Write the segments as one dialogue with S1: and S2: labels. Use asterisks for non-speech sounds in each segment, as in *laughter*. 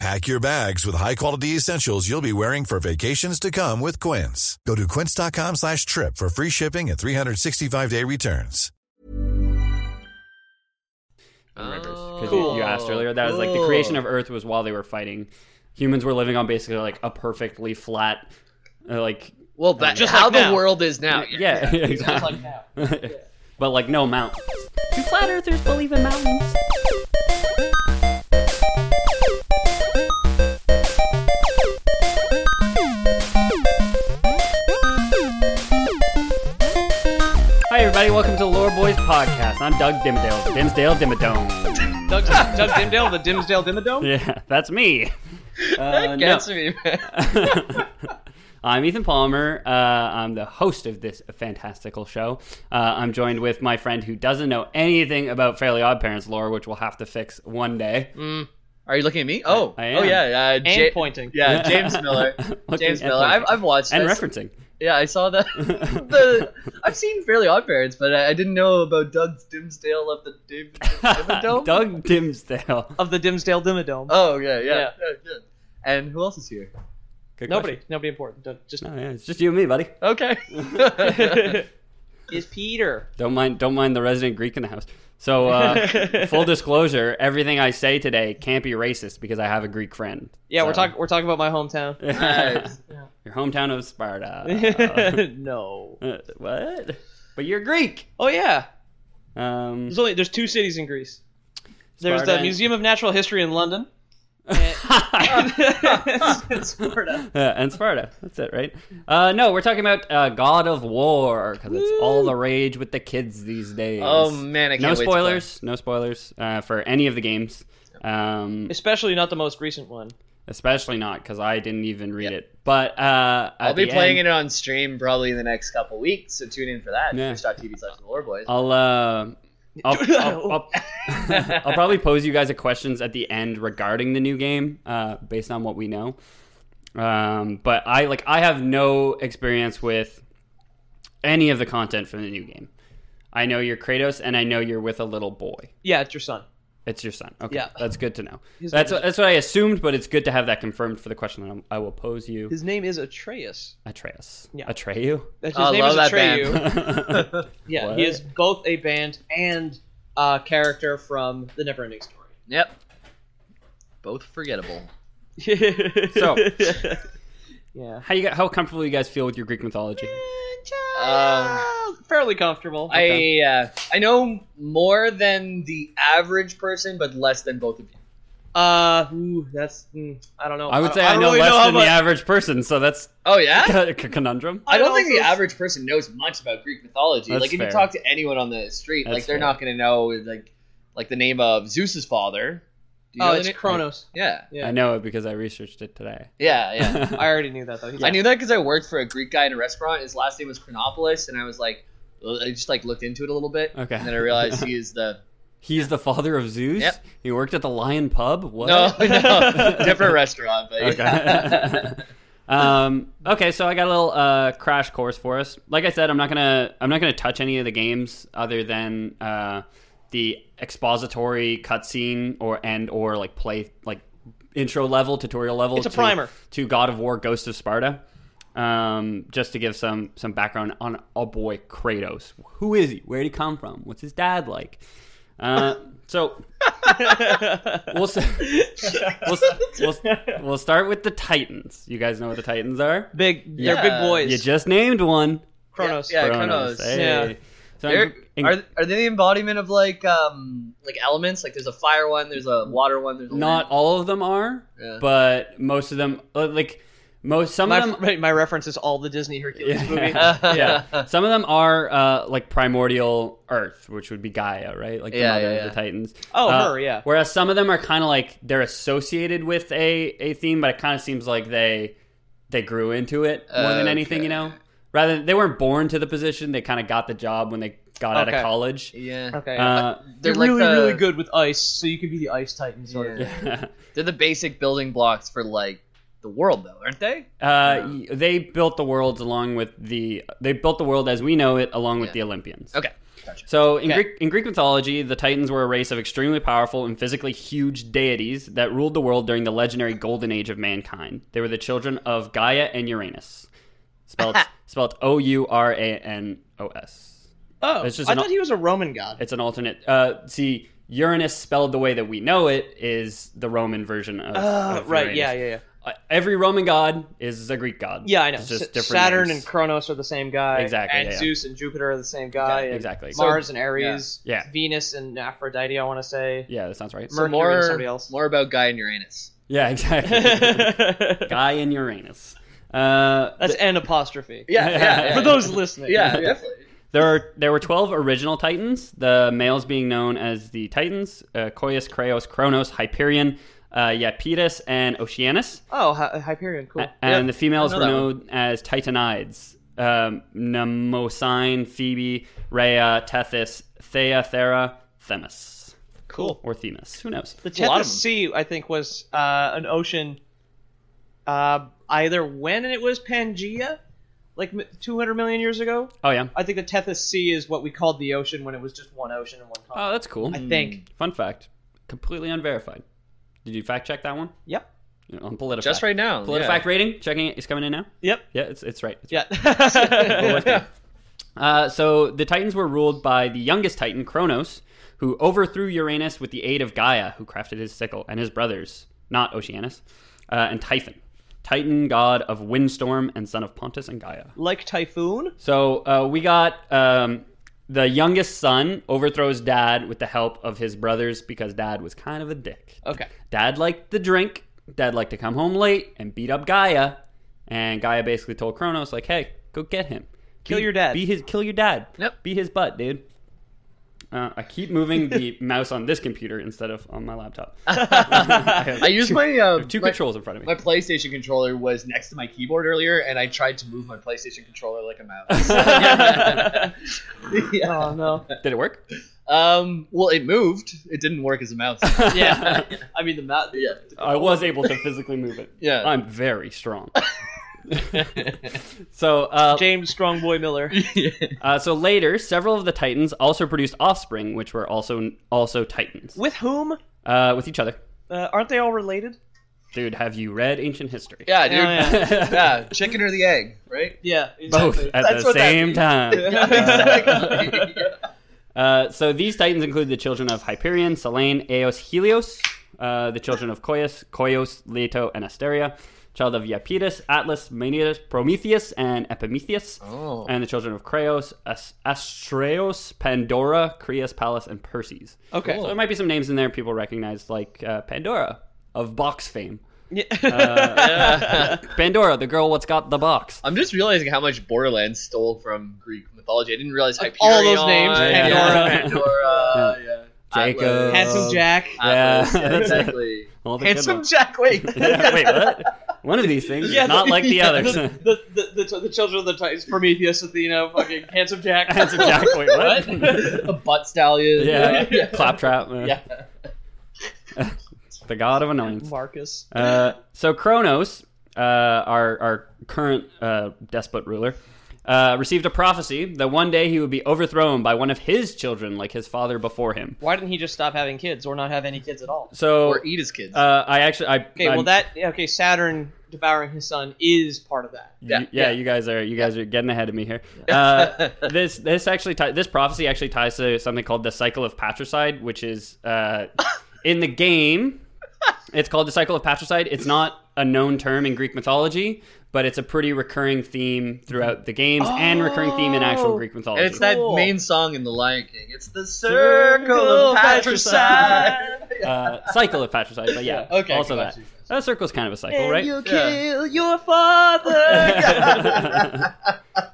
S1: Pack your bags with high-quality essentials you'll be wearing for vacations to come with Quince. Go to quince.com slash trip for free shipping and 365-day returns.
S2: Rivers.
S3: because
S2: Cool.
S3: you, asked earlier. That was like the
S2: Cool.
S3: creation of Earth was while they were fighting. Humans were living on basically like a perfectly flat, uh, like
S2: Well, that
S4: Just
S2: how
S4: like
S2: the
S4: now.
S2: world is now.
S3: yeah, *laughs* exactly. *laughs* but like no mountain. Do flat earthers believe in mountains? Hi everybody, welcome to Lore Boys podcast. I'm Doug Dimsdale, Dimsdale Dimmadome. *laughs*
S4: Doug, Doug Dimdale, the
S2: *laughs*
S4: Dimsdale Dimmadome?
S3: Yeah, that's me. Uh, no.
S2: Gets me, man.
S3: I'm Ethan Palmer. Uh, I'm the host of this fantastical show. Uh, I'm joined with my friend who doesn't know anything about Fairly Odd Parents lore, which we'll have to fix one day.
S2: *laughs* Are you looking at me? Oh,
S3: I
S2: oh
S3: am.
S2: yeah, uh,
S4: And
S2: Ja-
S4: pointing.
S2: Yeah, James Miller.
S3: *laughs* Looking
S2: James
S3: at
S2: Miller.
S3: pointing.
S2: I've, I've watched
S3: and
S2: this.
S3: referencing.
S2: Yeah, I saw that.
S3: *laughs*
S2: the I've seen Fairly Odd Parents, but I, I didn't know about Doug's Dimsdale of the Dim,
S3: *laughs*
S2: Dimmadome.
S3: Doug
S4: *laughs*
S3: Dimsdale.
S4: Of the Dimsdale Dimmadome.
S2: Oh yeah, yeah, yeah.
S4: Yeah.
S2: yeah. And who else is here?
S3: Good
S4: nobody,
S3: question.
S4: nobody important. Doug, just *laughs*
S3: No, yeah, it's just you and me, buddy.
S2: Okay.
S4: is Peter.
S3: Don't mind. Don't mind the resident Greek in the house. So,
S4: *laughs*
S3: uh, full disclosure: everything I say today can't be racist because I have a Greek friend.
S4: Yeah, we're
S3: So- *laughs*
S4: talking. We're talking about my hometown.
S2: Nice.
S3: Your hometown of
S4: *laughs*
S3: Sparta.
S4: no.
S3: Uh, what? But you're Greek.
S4: Oh yeah.
S3: Um, *laughs*
S4: There's only there's two cities in Greece. There's
S3: Sparta
S4: the
S3: and-
S4: Museum of Natural History in *laughs* London. Sparta.
S3: Yeah, uh, and Sparta. That's it, right? Uh, no, we're talking about uh, God of War because it's all the rage with the kids these days.
S2: Oh man, I can't
S3: no
S2: wait to play.
S3: spoilers, no spoilers uh, for any of the games, um,
S4: Especially not the most recent one.
S3: especially not because I didn't even read it. But uh,
S2: I'll be playing it on stream probably in the next couple weeks, so tune in for that.
S3: Yeah.
S2: Twitch.tv slash the lore boys.
S3: I'll.
S2: *laughs*
S3: Uh, I'll, I'll, I'll, *laughs* I'll probably pose you guys a questions at the end regarding the new game, uh, based on what we know. Um, but I like I have no experience with any of the content from the new game. I know you're Kratos, and I know you're with a little boy.
S4: Yeah, it's your son.
S3: It's your son. Okay,
S4: Yeah.
S3: that's good to know.
S4: His
S3: That's
S4: name
S3: what, that's what I assumed, but it's good to have that confirmed for the question that I'm- I will pose you.
S4: His name is Atreus.
S3: Atreus. *laughs*
S4: Yeah.
S3: Atreyu.
S4: That's- His
S2: Oh, I
S4: name
S2: love
S4: is
S2: that
S4: Atreyu.
S3: yeah,
S4: Yeah,
S3: What?
S4: he is both a band and a character from the Neverending Story.
S2: Yep. Both forgettable.
S3: *laughs*
S4: *laughs*
S3: So.
S4: yeah.
S3: How you got, how comfortable you guys feel with your Greek mythology? Um,
S4: Uh, fairly comfortable.
S2: I uh, I know more than the average person, but less than both of you.
S4: uh, ooh, that's mm, I don't know.
S3: I would
S4: don't-
S3: say I,
S4: don't
S3: know
S4: really
S3: less
S4: how
S3: than
S4: much-
S3: the average person, so
S4: *laughs*
S3: that's
S2: Oh yeah.
S3: a conundrum.
S2: I don't think
S4: also-
S2: the average person knows much about Greek mythology.
S3: That's
S2: like if
S3: fair.
S2: you talk to anyone on the street, like
S3: That's
S2: they're
S3: fair.
S2: not gonna know like like the name of Zeus's father. Do you
S4: Oh,
S2: know
S4: it's
S2: the name?
S4: Kronos.
S2: Yeah,
S4: Yeah,
S3: I know it because I researched it today.
S2: yeah, yeah.
S4: I already knew that though. He's
S2: I knew that because I worked for a Greek guy in a restaurant. His last name was Chronopolis, and I was like, I just like looked into it a little bit,
S3: Okay.
S2: and then I realized he is
S3: *laughs*
S2: the
S3: He's the father of Zeus.
S2: Yep.
S3: He worked at the Lion Pub. What?
S2: no, *laughs* no, different restaurant,
S4: *laughs*
S2: but
S3: *laughs* Okay. um, okay, so I got a little uh, crash course for us. Like I said, I'm not gonna I'm not gonna touch any of the games other than uh, the expository cutscene or and or like play like intro level tutorial level.
S4: It's a
S3: to-
S4: primer.
S3: to God of War: Ghost of Sparta. Um, just to give some some background on our boy Kratos. Who is he? Where did he come from? What's his dad like?
S4: *laughs*
S3: Uh, so we'll s- we'll, s- we'll, s- we'll start with the Titans. You guys know what the Titans are?
S4: big. They're
S2: Yeah.
S4: big boys.
S3: You just named one.
S4: Kronos.
S2: Yeah,
S3: Kronos.
S2: Kronos.
S3: Hey.
S4: Yeah.
S3: So
S2: They're-
S3: in- in-
S2: are, are they the embodiment of like um like elements? Like there's a fire one, there's a water one, there's a
S3: not all of them are,
S2: Yeah.
S3: but most of them uh, like most some
S4: My,
S3: of them
S4: my, my reference is all the Disney Hercules
S3: *laughs* Yeah. *laughs*
S4: movie.
S2: *laughs*
S3: yeah. Some of them are uh, like primordial Earth, which would be Gaia, right? Like the
S2: Yeah,
S3: mother
S2: yeah,
S3: of
S2: yeah.
S3: the Titans.
S4: Oh,
S3: Uh,
S4: her, yeah.
S3: Whereas some of them are kind of like they're associated with a, a theme, but it kind of seems like they they grew into it more than anything, you know. Rather, they weren't born to the position; they kind of got the job when they got out of
S4: Okay.
S3: college.
S2: Yeah.
S4: Okay.
S3: Uh, *laughs*
S4: they're
S2: They're like
S4: really,
S2: the-
S4: really good with ice, so you can be the ice titan sort of.
S2: Yeah.
S3: yeah.
S2: They're the basic building blocks for like the world, though, aren't they?
S3: Uh, y- they built the world along with the they built the world as we know it along with
S2: Yeah.
S3: the Olympians.
S2: Okay. Gotcha.
S3: So in
S2: Okay.
S3: Greek in Greek mythology, the Titans were a race of extremely powerful and physically huge deities that ruled the world during the legendary golden age of mankind. They were the children of Gaia and Uranus.
S2: *laughs*
S3: Spelled spelled O U R A N O S.
S4: Oh,
S3: It's just
S4: I
S3: an-
S4: thought he was a Roman god.
S3: It's an alternate uh see Uranus spelled the way that we know it is the Roman version of,
S2: Ah,
S4: Uh,
S3: of
S4: right. Yeah.
S3: Uranus.
S4: Yeah. Yeah.
S3: Uh, Every Roman god is a Greek god.
S4: Yeah. I know.
S3: It's just
S4: S-
S3: different
S4: Saturn
S3: names.
S4: and Kronos are the same guy.
S3: Exactly,
S4: And
S3: yeah, yeah.
S4: Zeus and Jupiter are the same guy. and
S3: exactly. So-
S4: Mars and Aries.
S3: Yeah.
S4: Venus and Aphrodite. I want to say.
S3: Yeah, that sounds right.
S4: Mercury
S2: more,
S4: and somebody else.
S2: More about Guy and Uranus.
S3: Yeah,
S4: *laughs*
S3: exactly. *laughs*
S4: That's
S3: Guy and Uranus. Uh, th-
S4: an apostrophe.
S2: Yeah, yeah, yeah.
S4: *laughs* For those
S3: *laughs*
S4: listening.
S2: Yeah, definitely.
S3: there are there were twelve original Titans. The males being known as the Titans: uh, Koyus, Kraos, Kronos, Hyperion, uh, Iapetus, and Oceanus.
S4: Oh, Hy- Hyperion. Cool.
S3: A- and
S2: Yeah,
S3: the females
S2: I
S3: were
S2: know that
S3: known as Titanides: um, Mnemosyne, Phoebe, Rhea, Tethys, Thea, Thera, Themis,
S4: Cool.
S3: or Themis. Who knows?
S4: The
S2: A lot of
S4: Tethys
S2: them.
S4: Sea, I think, was uh, an ocean. Uh, either when it was Pangea, like m- 200 million years ago.
S3: Oh yeah.
S4: I think the Tethys Sea is what we called the ocean when it was just one ocean and one
S3: Oh,
S4: continent.
S3: that's cool.
S4: I think.
S3: Fun fact: completely unverified. Did you fact check that one?
S4: Yep.
S3: You know, on Politifact.
S2: Just right now.
S3: Politifact
S2: yeah.
S3: rating, checking it is coming in now.
S4: Yep.
S3: Yeah, it's it's right. It's
S4: Yeah.
S3: right. Uh, so the Titans were ruled by the youngest Titan, Kronos, who overthrew Uranus with the aid of Gaia, who crafted his sickle, and his brothers, not Oceanus, uh, and Typhon, Titan god of windstorm and son of Pontus and Gaia.
S4: *laughs* like Typhoon.
S3: So uh, we got um, the youngest son overthrows dad with the help of his brothers because dad was kind of a dick.
S4: Okay.
S3: Dad liked the drink. Dad liked to come home late and beat up Gaia. And Gaia basically told Kronos, like, "Hey, go get him.
S4: Kill
S3: Be-
S4: your dad."
S3: Be his. Kill your dad.
S2: Yep.
S3: Be his butt, dude." Uh, I keep moving the *laughs* mouse on this computer instead of on my
S4: *laughs*
S3: laptop. *laughs* have
S2: I used
S3: two-
S2: my
S3: I
S2: uh,
S3: have two
S2: my,
S3: controls in front of me.
S2: My PlayStation controller was next to my keyboard earlier, and I tried to move my PlayStation controller like a
S4: *laughs*
S2: mouse. *laughs* yeah.
S4: Oh no.
S3: Did it work?
S2: Um. Well, it moved. It didn't work as a mouse.
S4: yeah. I mean the mouth.
S2: yeah.
S3: *laughs* I was able to physically move it.
S2: Yeah.
S3: I'm very strong. *laughs* so uh,
S4: James Strongboy Miller.
S3: uh, so later, several of the Titans also produced offspring, which were also also Titans
S4: With whom?
S3: uh, with each other.
S4: Uh, aren't they all related?
S3: Dude, have you read ancient history?
S2: yeah, dude.
S4: Oh, yeah.
S2: *laughs* yeah, chicken or the egg,
S4: *laughs*
S2: right?
S4: Yeah.
S3: Both
S4: Exactly.
S3: at
S2: That's
S3: the
S2: what that
S3: same
S2: means. *laughs*
S4: *laughs*
S3: time.
S2: exactly.
S3: Uh, so these titans include the children of Hyperion, Selene, Eos, Helios, uh, the children of Coeus, Koios, Leto, and Asteria, child of Iapetus, Atlas, Maeonidas, Prometheus, and Epimetheus,
S2: Oh.
S3: and the children of Kraos, As- Astraeos, Pandora, Creus, Pallas, and Perses.
S4: Okay.
S3: So there might be some names in there people recognize, like uh, Pandora of box fame.
S4: Yeah.
S3: Pandora, the girl what's got the box.
S2: I'm just realizing how much Borderlands stole from Greek mythology. I didn't realize Hyperion,
S4: all those names,
S2: Pandora,
S3: Yeah.
S2: Pandora, yeah. Atlas,
S3: Jacob.
S4: *laughs* Handsome Jack.
S2: Atlas,
S3: Yeah.
S2: yeah, exactly.
S3: All the good
S2: Handsome
S3: ones. *laughs*
S2: Jack, wait.
S3: Yeah, Wait, *laughs* what? One of these things, is
S4: Yeah,
S3: not
S4: the-
S3: like the
S4: yeah,
S3: others. *laughs*
S4: *laughs* The, the, the, the, the children of the Titans, Prometheus, Athena, fucking handsome
S3: *laughs*
S4: Jack.
S3: Handsome Jack, wait,
S2: What?
S3: what?
S4: *laughs*
S2: a butt stallion.
S3: yeah, claptrap. uh,
S2: Yeah.
S3: *laughs* the god of annoyance.
S4: Marcus.
S3: Uh, so Kronos, uh, our our current uh, despot ruler, uh, received a prophecy that one day he would be overthrown by one of his children, like his father before him.
S4: Why didn't he just stop having kids or not have any kids at all?
S3: So
S2: Or eat his kids.
S3: uh, I actually, I
S4: e- Okay,
S3: I'm-
S4: well that yeah, okay, Saturn devouring his son is part of that.
S3: Yeah,
S2: Yeah,
S3: yeah, you guys are you guys are getting ahead of me here. Uh,
S2: *laughs*
S3: this this actually ti- this prophecy actually ties to something called the cycle of patricide, which is uh, in the game. It's called the cycle of patricide. It's not a known term in Greek mythology, but it's a pretty recurring theme throughout the games and recurring theme in actual
S4: Oh.
S3: Greek
S2: and
S3: mythology.
S2: it's that
S4: Cool.
S2: main song in The Lion King. It's the circle of patricide.
S3: uh, cycle of patricide, but yeah,
S2: Yeah, *laughs* okay,
S3: also
S2: got
S3: that.
S2: you, got
S3: That circle's kind of a cycle, right?
S4: kill
S3: *laughs*
S4: your father.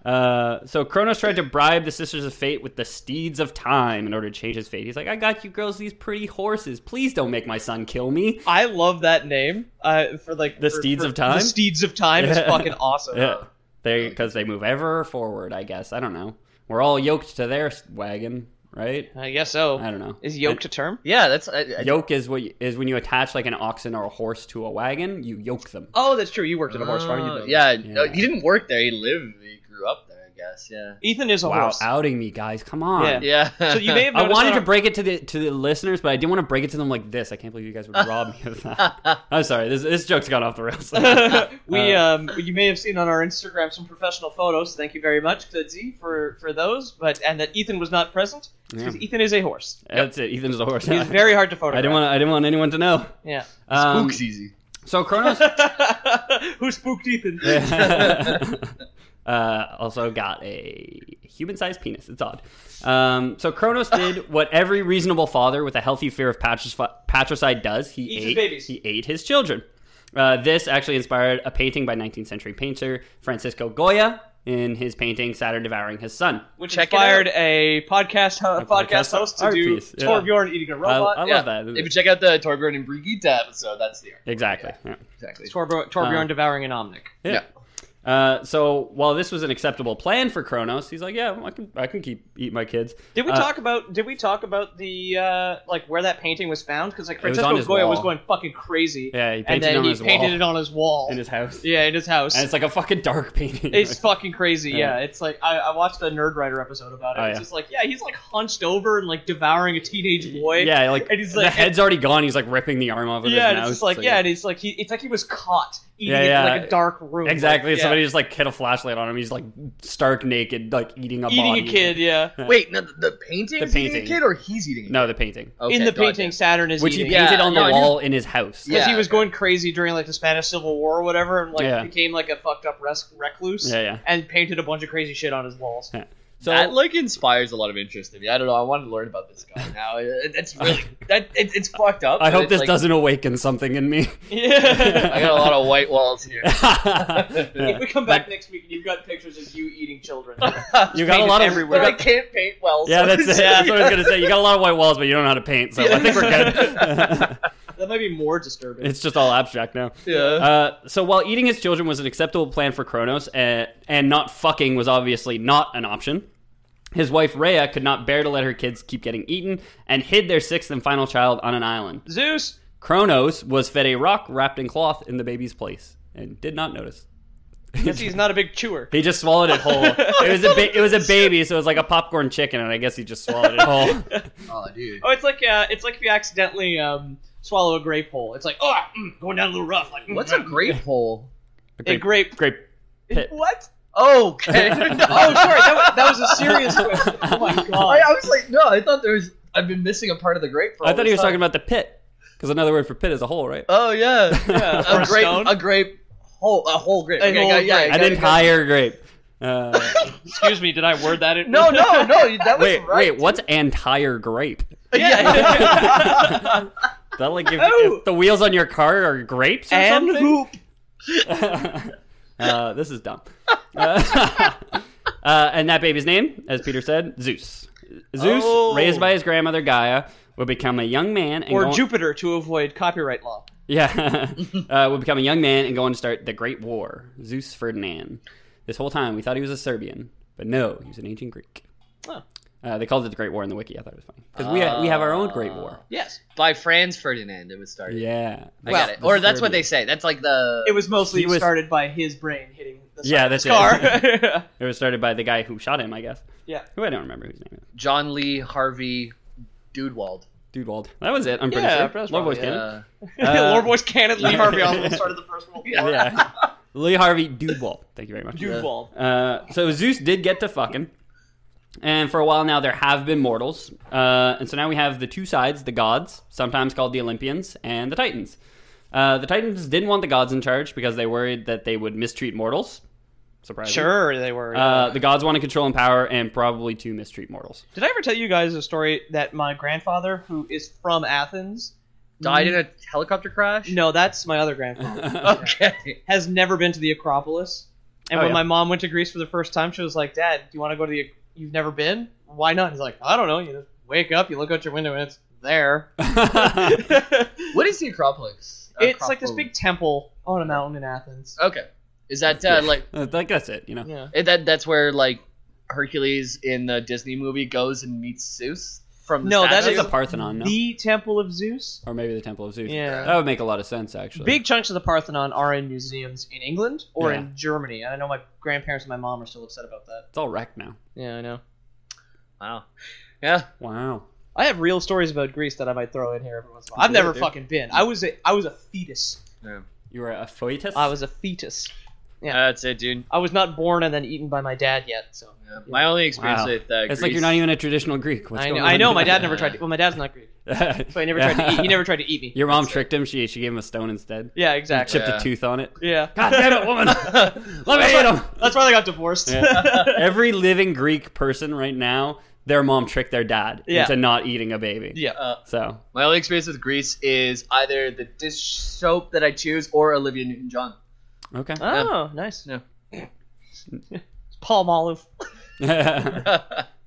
S3: Uh, so Kronos tried to bribe the Sisters of Fate with the steeds of time in order to change his fate. He's like, "I got you girls these pretty horses. Please don't make my son kill me."
S4: I love that name. Uh, for like
S3: The
S4: for-
S3: Steeds
S4: for-
S3: of Time?
S4: The Steeds of Time is
S3: Yeah.
S4: fucking awesome.
S3: Yeah, they because they move ever forward. I guess I don't know. We're all yoked to their s- wagon, right?
S4: I guess so.
S3: I don't know.
S4: Is yoked a term?
S2: Yeah, that's I, I,
S3: Yoke is what you, is when you attach like an oxen or a horse to a wagon. You yoke them.
S4: Oh, that's true. You worked at a horse farm. You
S2: Oh,
S4: know.
S2: yeah, no,
S3: Yeah.
S2: he didn't work there. He lived. He grew up there, I guess. Yeah.
S4: Ethan is a
S3: wow,
S4: horse.
S3: outing me, guys. Come on.
S4: Yeah.
S2: Yeah.
S4: So
S2: *laughs*
S4: you *laughs* may
S3: *laughs*
S4: have
S3: I
S4: noticed
S3: wanted
S4: on
S3: to
S4: our-
S3: break it to the to the listeners, but I didn't want to break it to them like this. I can't believe you guys would rob me of that. I'm sorry. This this joke's gone off the rails.
S4: *laughs* we
S3: uh,
S4: um, you may have seen on our Instagram some professional photos. Thank you very much, Kudzi, for for those. But and that Ethan was not present because
S3: Yeah.
S4: Ethan is
S3: *laughs*
S4: a horse.
S3: That's it. Ethan's a horse.
S4: He's very hard
S3: *laughs*
S4: to
S3: I
S4: photograph.
S3: didn't want I didn't want anyone to know.
S4: Yeah.
S3: Um,
S2: Spook's easy.
S3: so Kronos
S4: *laughs* Who spooked Ethan? *laughs*
S3: *laughs* uh, also got a human-sized penis. It's odd. Um, so Kronos
S4: *laughs*
S3: did what every reasonable father with a healthy fear of patrici- patricide does. He
S4: Eats
S3: ate
S4: his babies.
S3: He ate his children. Uh, this actually inspired a painting by 19th century painter Francisco Goya in his painting Saturn Devouring His Son.
S4: Which
S2: Check it
S4: inspired a podcast ho-
S3: A podcast
S4: podcast host to
S3: art
S4: do
S3: piece, yeah.
S4: Torbjorn eating a
S3: I,
S4: robot.
S3: I
S2: yeah.
S3: love that.
S2: If you check out the Torbjorn and Brigitte episode, that's the art.
S3: exactly. yeah.
S2: Exactly.
S4: Torbjorn, Torbjorn
S3: Uh,
S4: devouring an omnic.
S3: Yeah. Uh, so while this was an acceptable plan for Kronos, he's like, yeah, I can I can keep eat my kids.
S4: Did we
S3: Uh,
S4: talk about? Did we talk about the uh, like where that painting was found? Because like
S3: was
S4: Francisco
S3: on his
S4: Goya was
S3: wall.
S4: going fucking crazy.
S3: Yeah, he
S4: and
S3: painted it
S4: then
S3: on
S4: he
S3: his
S4: painted
S3: wall
S4: it on his wall.
S3: in his house.
S4: yeah, in his house.
S3: And it's like a fucking dark *laughs* painting.
S4: It's fucking crazy.
S3: Yeah.
S4: Yeah, it's like I, I watched the Nerd Writer episode about it.
S3: Oh,
S4: it's
S3: yeah.
S4: just like yeah, he's like hunched over and like devouring a teenage boy.
S3: yeah, like,
S4: and he's
S3: the
S4: like-
S3: head's already gone. He's like ripping the arm off of
S4: yeah,
S3: his
S4: and it's
S3: mouth.
S4: just like yeah, and it's like he, it's like he was caught eating
S3: Yeah,
S4: it
S3: yeah.
S4: in like a dark room. like,
S3: exactly.
S4: yeah.
S3: Somebody just like hit a flashlight on him. He's like stark naked, like eating a
S4: eating
S3: body.
S4: a kid. Yeah,
S2: Wait, no, the, the painting.
S3: The
S2: eating a
S3: painting.
S2: kid, or he's eating. A
S3: No, the painting,
S2: kid? Okay,
S4: in the
S2: gotcha.
S4: painting, Saturn is
S3: which he
S4: eating.
S2: Yeah,
S3: painted on the
S2: no, I
S3: wall in his house.
S2: Yeah,
S4: because he was
S2: okay.
S4: going crazy during like the Spanish Civil War or whatever, and like
S3: Yeah.
S4: became like a fucked up res- recluse.
S3: Yeah, yeah.
S4: And painted a bunch of crazy shit on his walls.
S3: So
S2: that like inspires a lot of interest in me. I don't know. I want to learn about this guy now. It-
S3: *laughs*
S2: It's really that it, it's fucked up.
S3: I
S2: but
S3: hope
S2: it's
S3: this
S2: like-
S3: doesn't awaken something in me.
S4: *laughs*
S3: *laughs*
S4: Yeah.
S2: I got a lot of white walls here.
S4: If *laughs*
S3: Yeah.
S4: we come back next week and you've got pictures of you eating
S3: *laughs*
S4: children, *laughs*
S3: You got
S2: *laughs*
S3: a lot
S2: But
S3: of
S4: everywhere.
S2: I can't paint well.
S3: Yeah,
S2: so
S3: that's,
S2: it's-
S3: yeah, that's what I was gonna say. You got a lot of white walls, but you don't know how to paint, so I think we're
S4: *laughs*
S3: good. *laughs*
S4: that might be more disturbing.
S3: it's just all abstract now.
S2: Yeah.
S3: Uh, so while eating his children was an acceptable plan for Kronos, uh, and not fucking was obviously not an option, his wife Rhea could not bear to let her kids keep getting eaten and hid their sixth and final child on an island.
S4: Zeus.
S3: Kronos was fed a rock wrapped in cloth in the baby's place and did not notice.
S4: Guess he's not a big chewer.
S3: *laughs* He just swallowed
S2: *laughs*
S3: it whole. It was a ba- it was a baby, so it was like a popcorn chicken, and I guess he just swallowed
S2: *laughs*
S3: it whole.
S2: Oh, dude.
S4: Oh, it's like uh, it's like if you accidentally um, swallow a grape hole. It's like oh, mm, going down a little rough. Like mm,
S2: What's a
S4: mm,
S2: grape hole?
S4: a grape?
S3: Mm-hmm. Grape pit.
S4: What?
S2: Okay. *laughs* No,
S4: Oh, sorry, that was, that was
S3: *laughs*
S4: a serious question. Oh
S2: *laughs*
S4: my
S2: I,
S4: god.
S2: I was like, no, I thought there was. I've been missing a part of the grape. For
S3: I
S2: all
S3: thought
S2: this
S3: he was
S2: time.
S3: talking about the pit, because another word for pit is a hole, right?
S2: Oh
S3: *laughs*
S2: yeah,
S3: Yeah,
S4: for
S2: a
S4: a
S2: grape,
S4: stone?
S2: a grape, whole, a whole grape.
S4: A
S2: I
S4: whole
S2: got- yeah,
S4: grape.
S3: I
S2: got-
S3: did higher grape. Uh,
S4: Excuse me, did I word that? In-
S2: No,
S4: *laughs*
S2: no, no, you- that was
S3: wait,
S2: right.
S3: wait, what's entire grape? *laughs*
S2: *laughs*
S4: Yeah.
S3: That like if,
S4: Oh.
S3: if the wheels on your car are grapes or
S4: and
S3: something?
S4: hoop.
S3: uh, this is dumb. Uh, *laughs* uh, and that baby's name, as Peter said, Zeus. Zeus,
S4: Oh.
S3: raised by his grandmother Gaia, would become a young man and
S4: Or
S3: go on-
S4: Jupiter to avoid copyright law.
S3: yeah, *laughs* uh, would become a young man and go on to start the Great War. Zeus Ferdinand. This whole time we thought he was a Serbian, but no, he was an ancient Greek.
S4: Oh.
S3: Uh, they called it the Great War in the wiki. I thought it was funny because we ha- we have our own Great War.
S4: Yes.
S2: By Franz Ferdinand, it was started.
S3: Yeah,
S2: I got it. Or that's what they say. That's like the.
S4: It was mostly
S3: He was-
S4: started by his brain hitting the
S3: Yeah,
S4: side of
S3: that's
S4: *laughs* the car.
S3: It was started by the guy who shot him, I guess.
S4: yeah.
S3: Who I don't remember whose name. Is.
S2: John Lee Harvey Dudewald.
S3: Dudewald. That was it. I'm pretty
S4: Yeah,
S3: sure.
S4: that's
S3: Love
S4: probably
S3: Boys Cannon.
S2: Uh,
S3: Uh,
S4: Lord Boys Cannon, Lee Harvey Oswald started the First *laughs* World War.
S3: *laughs* yeah. Lee Harvey Dudewald. Thank you very much.
S4: Dude ball.
S3: Uh, so Zeus did get to fucking. And for a while now, there have been mortals. Uh, and so now we have the two sides the gods, sometimes called the Olympians, and the Titans. Uh, the Titans didn't want the gods in charge because they worried that they would mistreat mortals. Surprising.
S4: Sure, they were.
S3: Uh, the gods wanted control and power and probably to mistreat
S4: *laughs*
S3: mortals. *laughs*
S4: Did I ever tell you guys a story that my grandfather, who is from Athens,
S2: died in a helicopter crash.
S4: no, that's my other grandfather,
S2: *laughs* Okay.
S4: has never been to the Acropolis. And
S3: Oh,
S4: when
S3: yeah.
S4: my mom went to Greece for the first time, she was like, "Dad, do you want to go to the? You've never been? Why not?" He's like, "I don't know. You just wake up, you look out your window, and it's
S3: *laughs*
S4: there." *laughs*
S3: yeah,
S4: it's
S2: What is the Acropolis?
S4: like this big temple on a mountain in Athens.
S2: Okay. Is that uh, like
S3: *laughs* like that's it, you know.
S4: Yeah.
S2: it- that? That's where like Hercules in the Disney movie goes and meets Zeus from the
S4: No, that
S3: That's
S2: statue?
S4: is
S3: the Parthenon, no?
S4: The Temple of Zeus.
S3: or maybe the Temple of Zeus.
S4: Yeah.
S3: That would make a lot of sense, actually.
S4: Big chunks of the Parthenon are in museums in England or
S3: Yeah.
S4: in Germany. And I know my grandparents and my mom are still upset about that.
S3: It's all wrecked now.
S4: Yeah, I know.
S2: wow. Yeah,
S3: Wow.
S4: I have real stories about Greece that I might throw in here every once in a while. I've
S2: Do it,
S4: never
S2: dude.
S4: fucking been. I was a I was a fetus.
S3: You were a fetus?
S4: I was a fetus. Yeah.
S2: Uh, that's it, dude.
S4: I was not born and then eaten by my dad yet. So
S2: Yeah. My only experience
S3: Wow.
S2: with uh,
S3: It's like you're
S2: Greece-
S3: not even a traditional Greek. What's
S4: I know,
S3: going
S4: I know
S3: on? *laughs*
S4: my dad never tried. To, well, my dad's not Greek, so he never tried to eat. He never tried to eat me.
S3: Your mom tricked him. She she gave him a stone instead.
S4: Yeah, exactly.
S3: Chipped
S2: Yeah.
S3: a tooth on it.
S4: Yeah.
S3: God damn
S4: *laughs*
S3: it, woman! Let me eat him.
S4: That's why they got divorced.
S3: Yeah. Every living Greek person right now, their mom tricked their dad
S4: Yeah.
S3: into not eating a baby.
S4: *laughs* yeah.
S2: Uh,
S3: So
S2: my only experience with Greece is either the dish soap that I choose or Olivia Newton-John.
S3: okay.
S4: Oh, nice. *laughs*
S2: Yeah.
S4: Palm olive.
S3: *laughs*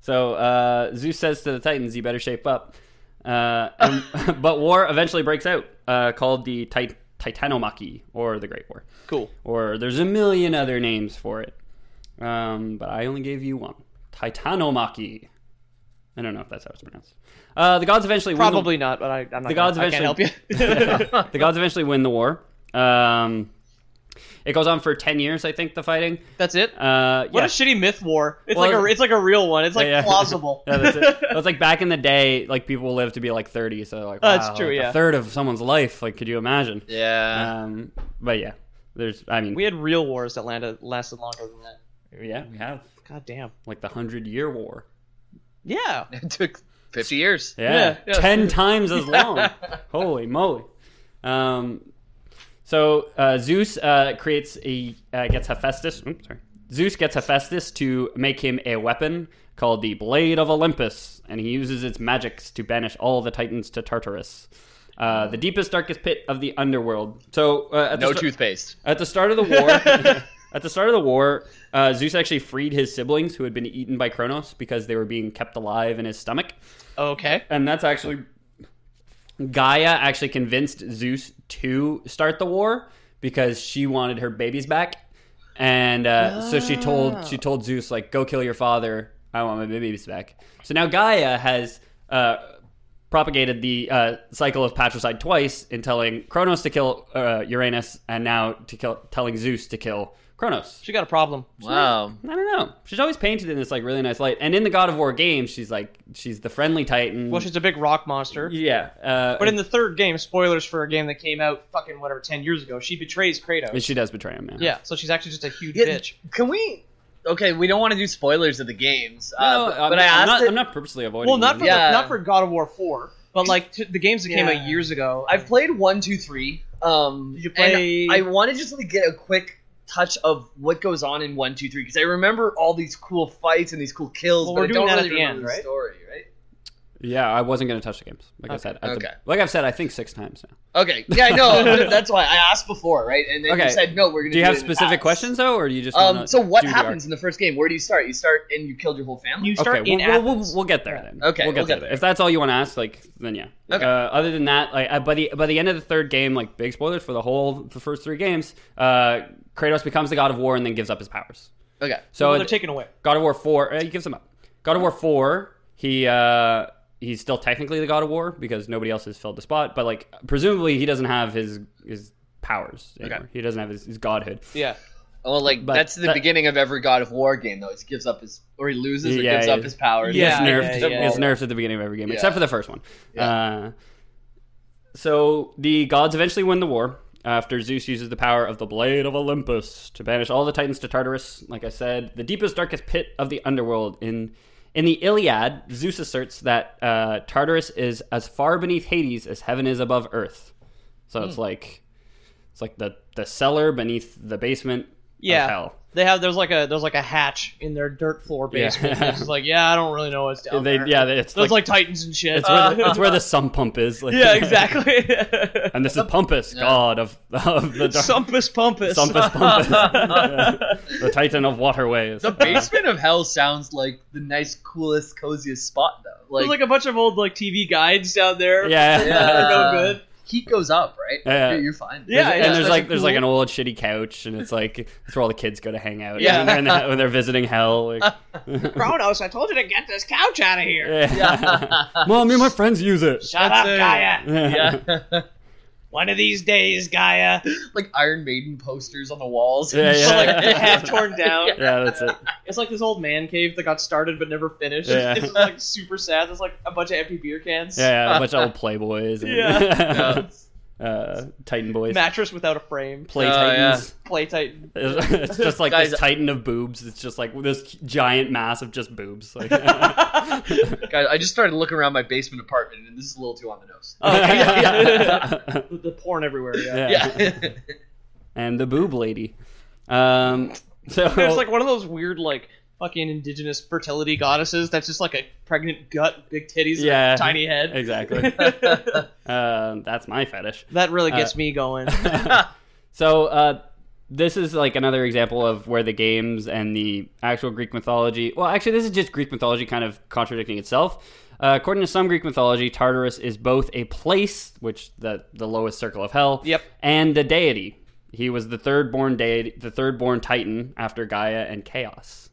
S3: so uh, Zeus says to the Titans, "You better shape up." Uh, and- *laughs* but war eventually breaks out, uh, called the Tit- Titanomachy or the Great War,
S4: Cool.
S3: or there's a million other names for it. Um, but I only gave you one, Titanomachy. I don't know if that's how it's pronounced. Uh, the gods eventually win the-
S4: Probably not, but I, I'm not.
S3: The
S4: The
S3: gods
S4: gods I can't help you.
S3: *laughs* the gods eventually win the war. Um, it goes on for ten years, I think, the fighting.
S4: *laughs* That's it.
S3: Uh,
S4: What
S3: yeah.
S4: a shitty myth war. It's
S3: Well,
S4: like a it's like a real one. It's like
S3: Yeah, *laughs* yeah.
S4: plausible.
S3: Yeah, that's
S4: *laughs*
S3: it. That's like back in the day, like people lived to be like thirty, so like
S4: That's
S3: wow,
S4: true,
S3: like,
S4: yeah.
S3: a third of someone's life. Like, could you imagine?
S2: yeah.
S3: Um, but yeah, there's. I mean,
S4: we had real wars that landed, lasted longer than that.
S3: yeah, we have
S4: God damn.
S3: like the Hundred Year War.
S4: Yeah.
S2: *laughs* It took 50 years.
S3: Uh, Yeah,
S2: *laughs* Yeah.
S3: ten times
S2: *laughs*
S3: as long. Holy moly! Um, so uh, Zeus uh, creates a uh, gets Hephaestus. Oops, sorry. Zeus gets Hephaestus to make him a weapon called the Blade of Olympus, and he uses its magics to banish all the Titans to Tartarus, uh, the deepest, darkest pit of the underworld. So uh, at the
S2: No
S3: sta-
S2: toothpaste.
S3: at the start of
S2: *laughs*
S3: the war, *laughs* at the start of the war, uh, Zeus actually freed his siblings who had been eaten by Kronos because they were being kept alive in his stomach
S4: Okay.
S3: and that's actually Gaia actually convinced Zeus to start the war because she wanted her babies back, and uh, so she told she told Zeus like, "Go kill your father. I want my babies back." So now Gaia has uh, propagated the uh, cycle of patricide twice in telling Kronos to kill uh, Uranus, and now to kill telling Zeus to kill Kronos.
S4: She got a problem.
S2: Wow.
S3: I don't know. She's always painted in this like really nice light, and in the God of War games, she's like she's the friendly Titan.
S4: Well, she's a big rock monster.
S3: Yeah, uh,
S4: But in the third game, spoilers for a game that came out fucking whatever ten years ago, she betrays Kratos.
S3: she does betray him. Yeah.
S4: yeah, so she's actually just a huge
S2: Yeah,
S4: bitch.
S2: Can we? Okay, we don't want to do spoilers of the games,
S3: No,
S2: uh, but,
S3: I'm,
S2: but I
S3: I'm
S2: asked.
S3: not,
S2: it-
S3: I'm not purposely avoiding.
S4: Well, not
S3: him.
S4: for
S2: Yeah.
S4: the, not for God of War four, but like t- the games that came
S2: Yeah.
S4: out years ago.
S2: I've played one, two, three. Um,
S4: Did you
S2: and
S4: play-
S2: I wanted just to get a quick touch of what goes on in one, two, three because I remember all these cool fights and these cool kills,
S4: Well,
S2: but
S4: we're
S2: I don't
S4: doing that
S2: really
S4: at the
S2: remember
S4: end,
S2: the
S4: right?
S2: story, right?
S3: Yeah, I wasn't going to touch the games. Like I
S4: Okay.
S3: said, at the-
S2: Okay.
S3: like I've said, I think six times now.
S2: Okay, yeah, I
S3: *laughs*
S2: know. that's why I asked before, right? And then
S3: Okay.
S2: you said no. We're gonna.
S3: Do you
S2: it
S3: have
S2: in
S3: specific
S2: acts.
S3: questions though, or do you just?
S2: Um,
S3: wanna
S2: so what
S3: do the
S2: happens in the first game? Where do you start? You start and you killed your whole family.
S4: You
S3: arc?
S4: start
S3: Okay,
S4: in
S3: we'll, we'll- we'll,
S4: Athens.
S3: we'll get there then.
S2: Okay,
S3: we'll get, there. If that's all you want to ask, like then yeah.
S2: Okay.
S3: Uh, other than that, like uh, by the by the end of the third game, like big spoilers for the whole the first three games. Uh, Kratos becomes the god of war and then gives up his powers.
S2: Okay.
S3: So
S4: Well,
S3: it-
S4: they're taken away.
S3: God of War four. Uh, he gives him up. God of War four. He uh, he's still technically the God of War because nobody else has filled the spot. But like presumably he doesn't have his his powers anymore. He doesn't have his, his godhood.
S4: Yeah.
S3: Oh,
S2: Well, like
S3: But
S2: that's the
S3: that-
S2: beginning of every God of War game, though. He gives up his, or he loses, or
S3: Yeah,
S2: gives
S3: yeah.
S2: up his powers.
S3: it's
S4: Yeah, yeah,
S3: nerfed.
S4: yeah, yeah.
S3: It's nerfed at the beginning of every game,
S2: Yeah.
S3: except for the first one. Uh, so the gods eventually win the war after Zeus uses the power of the Blade of Olympus to banish all the Titans to Tartarus. Like I said, the deepest, darkest pit of the underworld. In in the Iliad, Zeus asserts that uh, Tartarus is as far beneath Hades as heaven is above Earth. So
S4: Hmm.
S3: it's like it's like the the cellar beneath the basement.
S4: Yeah.
S3: Of hell.
S4: They have there's like a there's like a hatch in their dirt floor
S3: Yeah.
S4: basement. It's just like yeah, I don't really know what's down
S3: They,
S4: there.
S3: yeah, it's
S4: there's
S3: like,
S4: like, Titans and shit.
S3: it's, where the, it's where the sump pump is. Like,
S4: *laughs* yeah, exactly.
S3: *laughs* And this is Pumpus, god of, of the dark.
S4: Sumpus Pumpus.
S3: Sumpus
S4: *laughs*
S3: Pumpus. Yeah. The titan of waterways.
S2: The basement of hell sounds like the nice, coolest, coziest spot, though. Like,
S4: There's like a bunch of old like TV guides down there.
S3: Yeah.
S4: They're no good.
S2: uh, heat goes up, right?
S3: Yeah.
S2: You're, you're fine.
S4: Yeah,
S3: and
S4: yeah.
S3: there's
S4: that's
S3: like
S4: a
S3: there's like
S4: cool-
S3: an old shitty couch, and it's like it's where all the kids go to hang out.
S4: Yeah. Uh,
S3: when they're, in the- when they're visiting hell. Like,
S4: Kronos, I told you to get this couch out of here.
S3: *laughs* yeah. *laughs* Mom, me and my friends use
S4: *laughs*
S3: it.
S4: Shut
S2: That's
S4: up,
S2: it.
S4: Gaia.
S2: yeah.
S4: One of these days,
S3: *laughs*
S4: Gaia.
S2: *laughs* like Iron Maiden posters on the walls.
S3: Yeah,
S2: and shit
S3: yeah.
S2: like
S4: Like,
S2: that.
S3: *laughs*
S4: half torn down.
S3: *laughs* Yeah, that's it.
S4: It's like this old man cave that got started but never finished.
S3: Yeah.
S4: It's like super sad. There's like a bunch of empty beer cans.
S3: Yeah, yeah, a bunch of old playboys. And,
S4: *laughs*
S3: *laughs*
S4: Yeah.
S3: uh, Titan boys.
S4: Mattress without a frame.
S3: Play
S2: Oh, yeah.
S3: titans. *laughs*
S4: Play Titan. *laughs*
S3: It's just like
S2: Guys,
S3: this titan of boobs. It's just like this giant mass of just boobs.
S4: *laughs*
S2: *laughs*
S3: Like,
S2: Guys, I just started looking around my basement apartment, and this is a little too on the nose.
S4: Oh, *laughs* yeah.
S3: yeah.
S4: the porn everywhere. Yeah.
S2: yeah.
S3: *laughs* and the boob lady. Um, so
S4: There's like one of those weird like fucking indigenous fertility goddesses that's just like a pregnant gut, big titties, and a
S3: Yeah.
S4: tiny head.
S3: *laughs*
S4: *laughs*
S3: exactly. um, that's my fetish.
S4: that really
S3: Uh,
S4: gets
S3: *laughs*
S4: me going.
S3: So uh, this is like another example of where the games and the actual Greek mythology. Well, actually, this is just Greek mythology kind of contradicting itself. Uh, according to some Greek mythology, Tartarus is both a place, which the the lowest circle of hell,
S4: Yep.
S3: and a deity. He was the third born deity, the third born Titan after Gaia and Chaos.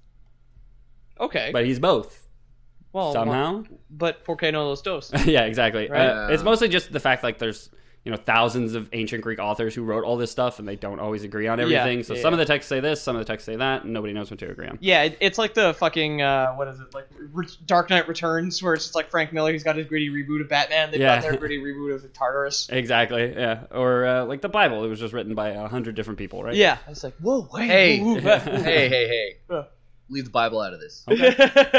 S4: Okay.
S3: But he's both
S4: well,
S3: somehow.
S4: But 4K no los dos.
S3: *laughs* yeah, exactly. Uh,
S2: Right.
S3: it's mostly just the fact like there's you know thousands of ancient Greek authors who wrote all this stuff, and they don't always agree on everything. so
S4: yeah,
S3: some of the texts say this, some of the texts say that, and nobody knows what to agree on.
S4: Yeah, it, it's like the fucking uh, what is it like Re- Dark Knight Returns, where it's just like Frank Miller, he's got his gritty reboot of Batman. They've
S3: Yeah.
S4: got their gritty reboot of Tartarus.
S3: Exactly. Yeah. Or uh, like the Bible, it was just written by a hundred different people, *laughs* right?
S4: Yeah, it's like whoa, wait,
S2: Hey.
S4: whoa, whoa,
S3: *laughs* Oh.
S4: whoa.
S2: hey, hey, hey.
S4: *laughs* Yeah.
S2: Leave the Bible out of this.
S3: You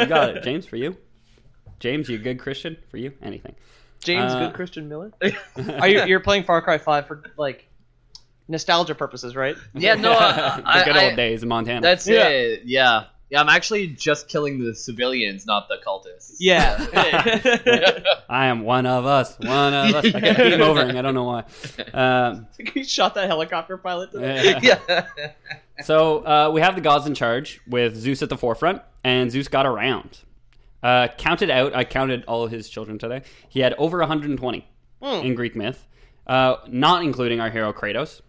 S3: got
S4: *laughs*
S3: it, James. For you, James, you a good Christian? For you, anything.
S4: James
S3: Uh,
S4: Good Christian Miller. Are you you're playing Far Cry Five for like nostalgia purposes, right?
S2: Yeah,
S3: *laughs*
S2: no, I, I,
S3: the good old
S2: I-
S3: days in Montana.
S2: that's
S4: Yeah.
S2: it. Yeah. Yeah, I'm actually just killing the civilians, not the cultists. *laughs*
S4: *laughs* Yeah.
S3: I am one of us. One of us. I keep overing. I don't know why. Um,
S4: he shot that helicopter pilot. To *laughs*
S3: yeah. *laughs*
S2: yeah.
S3: So uh, we have the gods in charge with Zeus at the forefront, and Zeus got around. Uh, counted out, I counted all of his children today. He had over 120
S2: Hmm.
S3: in Greek myth, uh, not including our hero Kratos.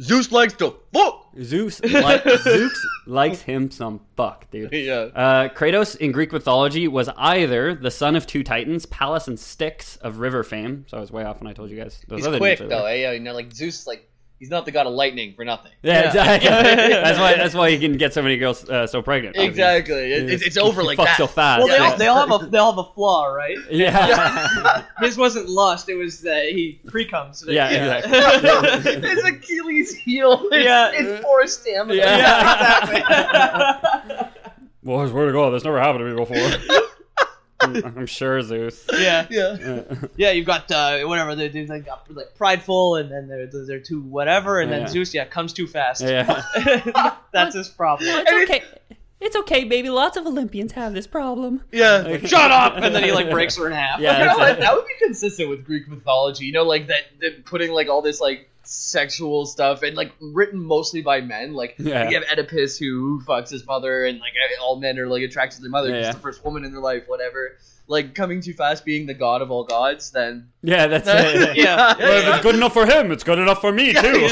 S2: Zeus likes to fuck.
S3: Zeus, *laughs* li- Zeus likes him some fuck,
S2: *laughs*
S3: dude.
S2: Yeah.
S3: Uh, Kratos in Greek mythology was either the son of two titans, Pallas and Styx of river fame. So I was way off when I told you guys those
S2: He's
S3: other
S2: quick
S3: names
S2: though.
S3: earlier.
S2: eh? Yeah, you know, like Zeus, like he's not the god of lightning for nothing.
S3: Yeah, exactly.
S2: *laughs*
S3: that's why. That's why he can get so many girls uh, so pregnant. obviously.
S2: Exactly. It, it's, it's over
S3: He
S2: like
S3: fucks
S2: that.
S3: so fast.
S4: well, they
S2: Yeah.
S4: all, they all have a they all have a flaw, right?
S3: *laughs* Yeah.
S4: His wasn't lust; it was that he pre comes.
S3: *laughs* Yeah,
S4: *laughs* exactly.
S2: *laughs* it's Achilles' heel. It's,
S4: Yeah.
S2: it's poor stamina.
S3: Yeah.
S4: exactly.
S2: *laughs*
S3: well, I swear to God, that's never happened to me before. I'm, I'm sure Zeus. *laughs*
S4: *laughs* yeah,
S2: Yeah.
S4: yeah. You've got uh, whatever they do. They got like prideful, and then they're they're too whatever, and then
S3: Yeah.
S4: Zeus, yeah, comes too fast.
S3: Yeah.
S4: *laughs* That's his problem.
S2: It's
S5: okay. It's okay, baby. Lots of Olympians have this problem.
S2: Yeah.
S4: Shut up! And then he like breaks her in
S2: *laughs*
S4: half. *laughs*
S2: You
S3: Yeah.
S2: know what? That would be consistent with Greek mythology. You know, like that, that putting like all this like sexual stuff and like written mostly by men. Like
S3: Yeah.
S2: you have Oedipus who fucks his mother, and like all men are like attracted to their mother.
S3: Yeah,
S2: She's
S3: yeah.
S2: the first woman in their life, whatever. Like coming too fast, being the god of all gods.
S3: *laughs*
S2: Then
S3: Yeah, that's it.
S4: Yeah.
S3: Well, if it's good enough for him, it's good enough for me too. *laughs*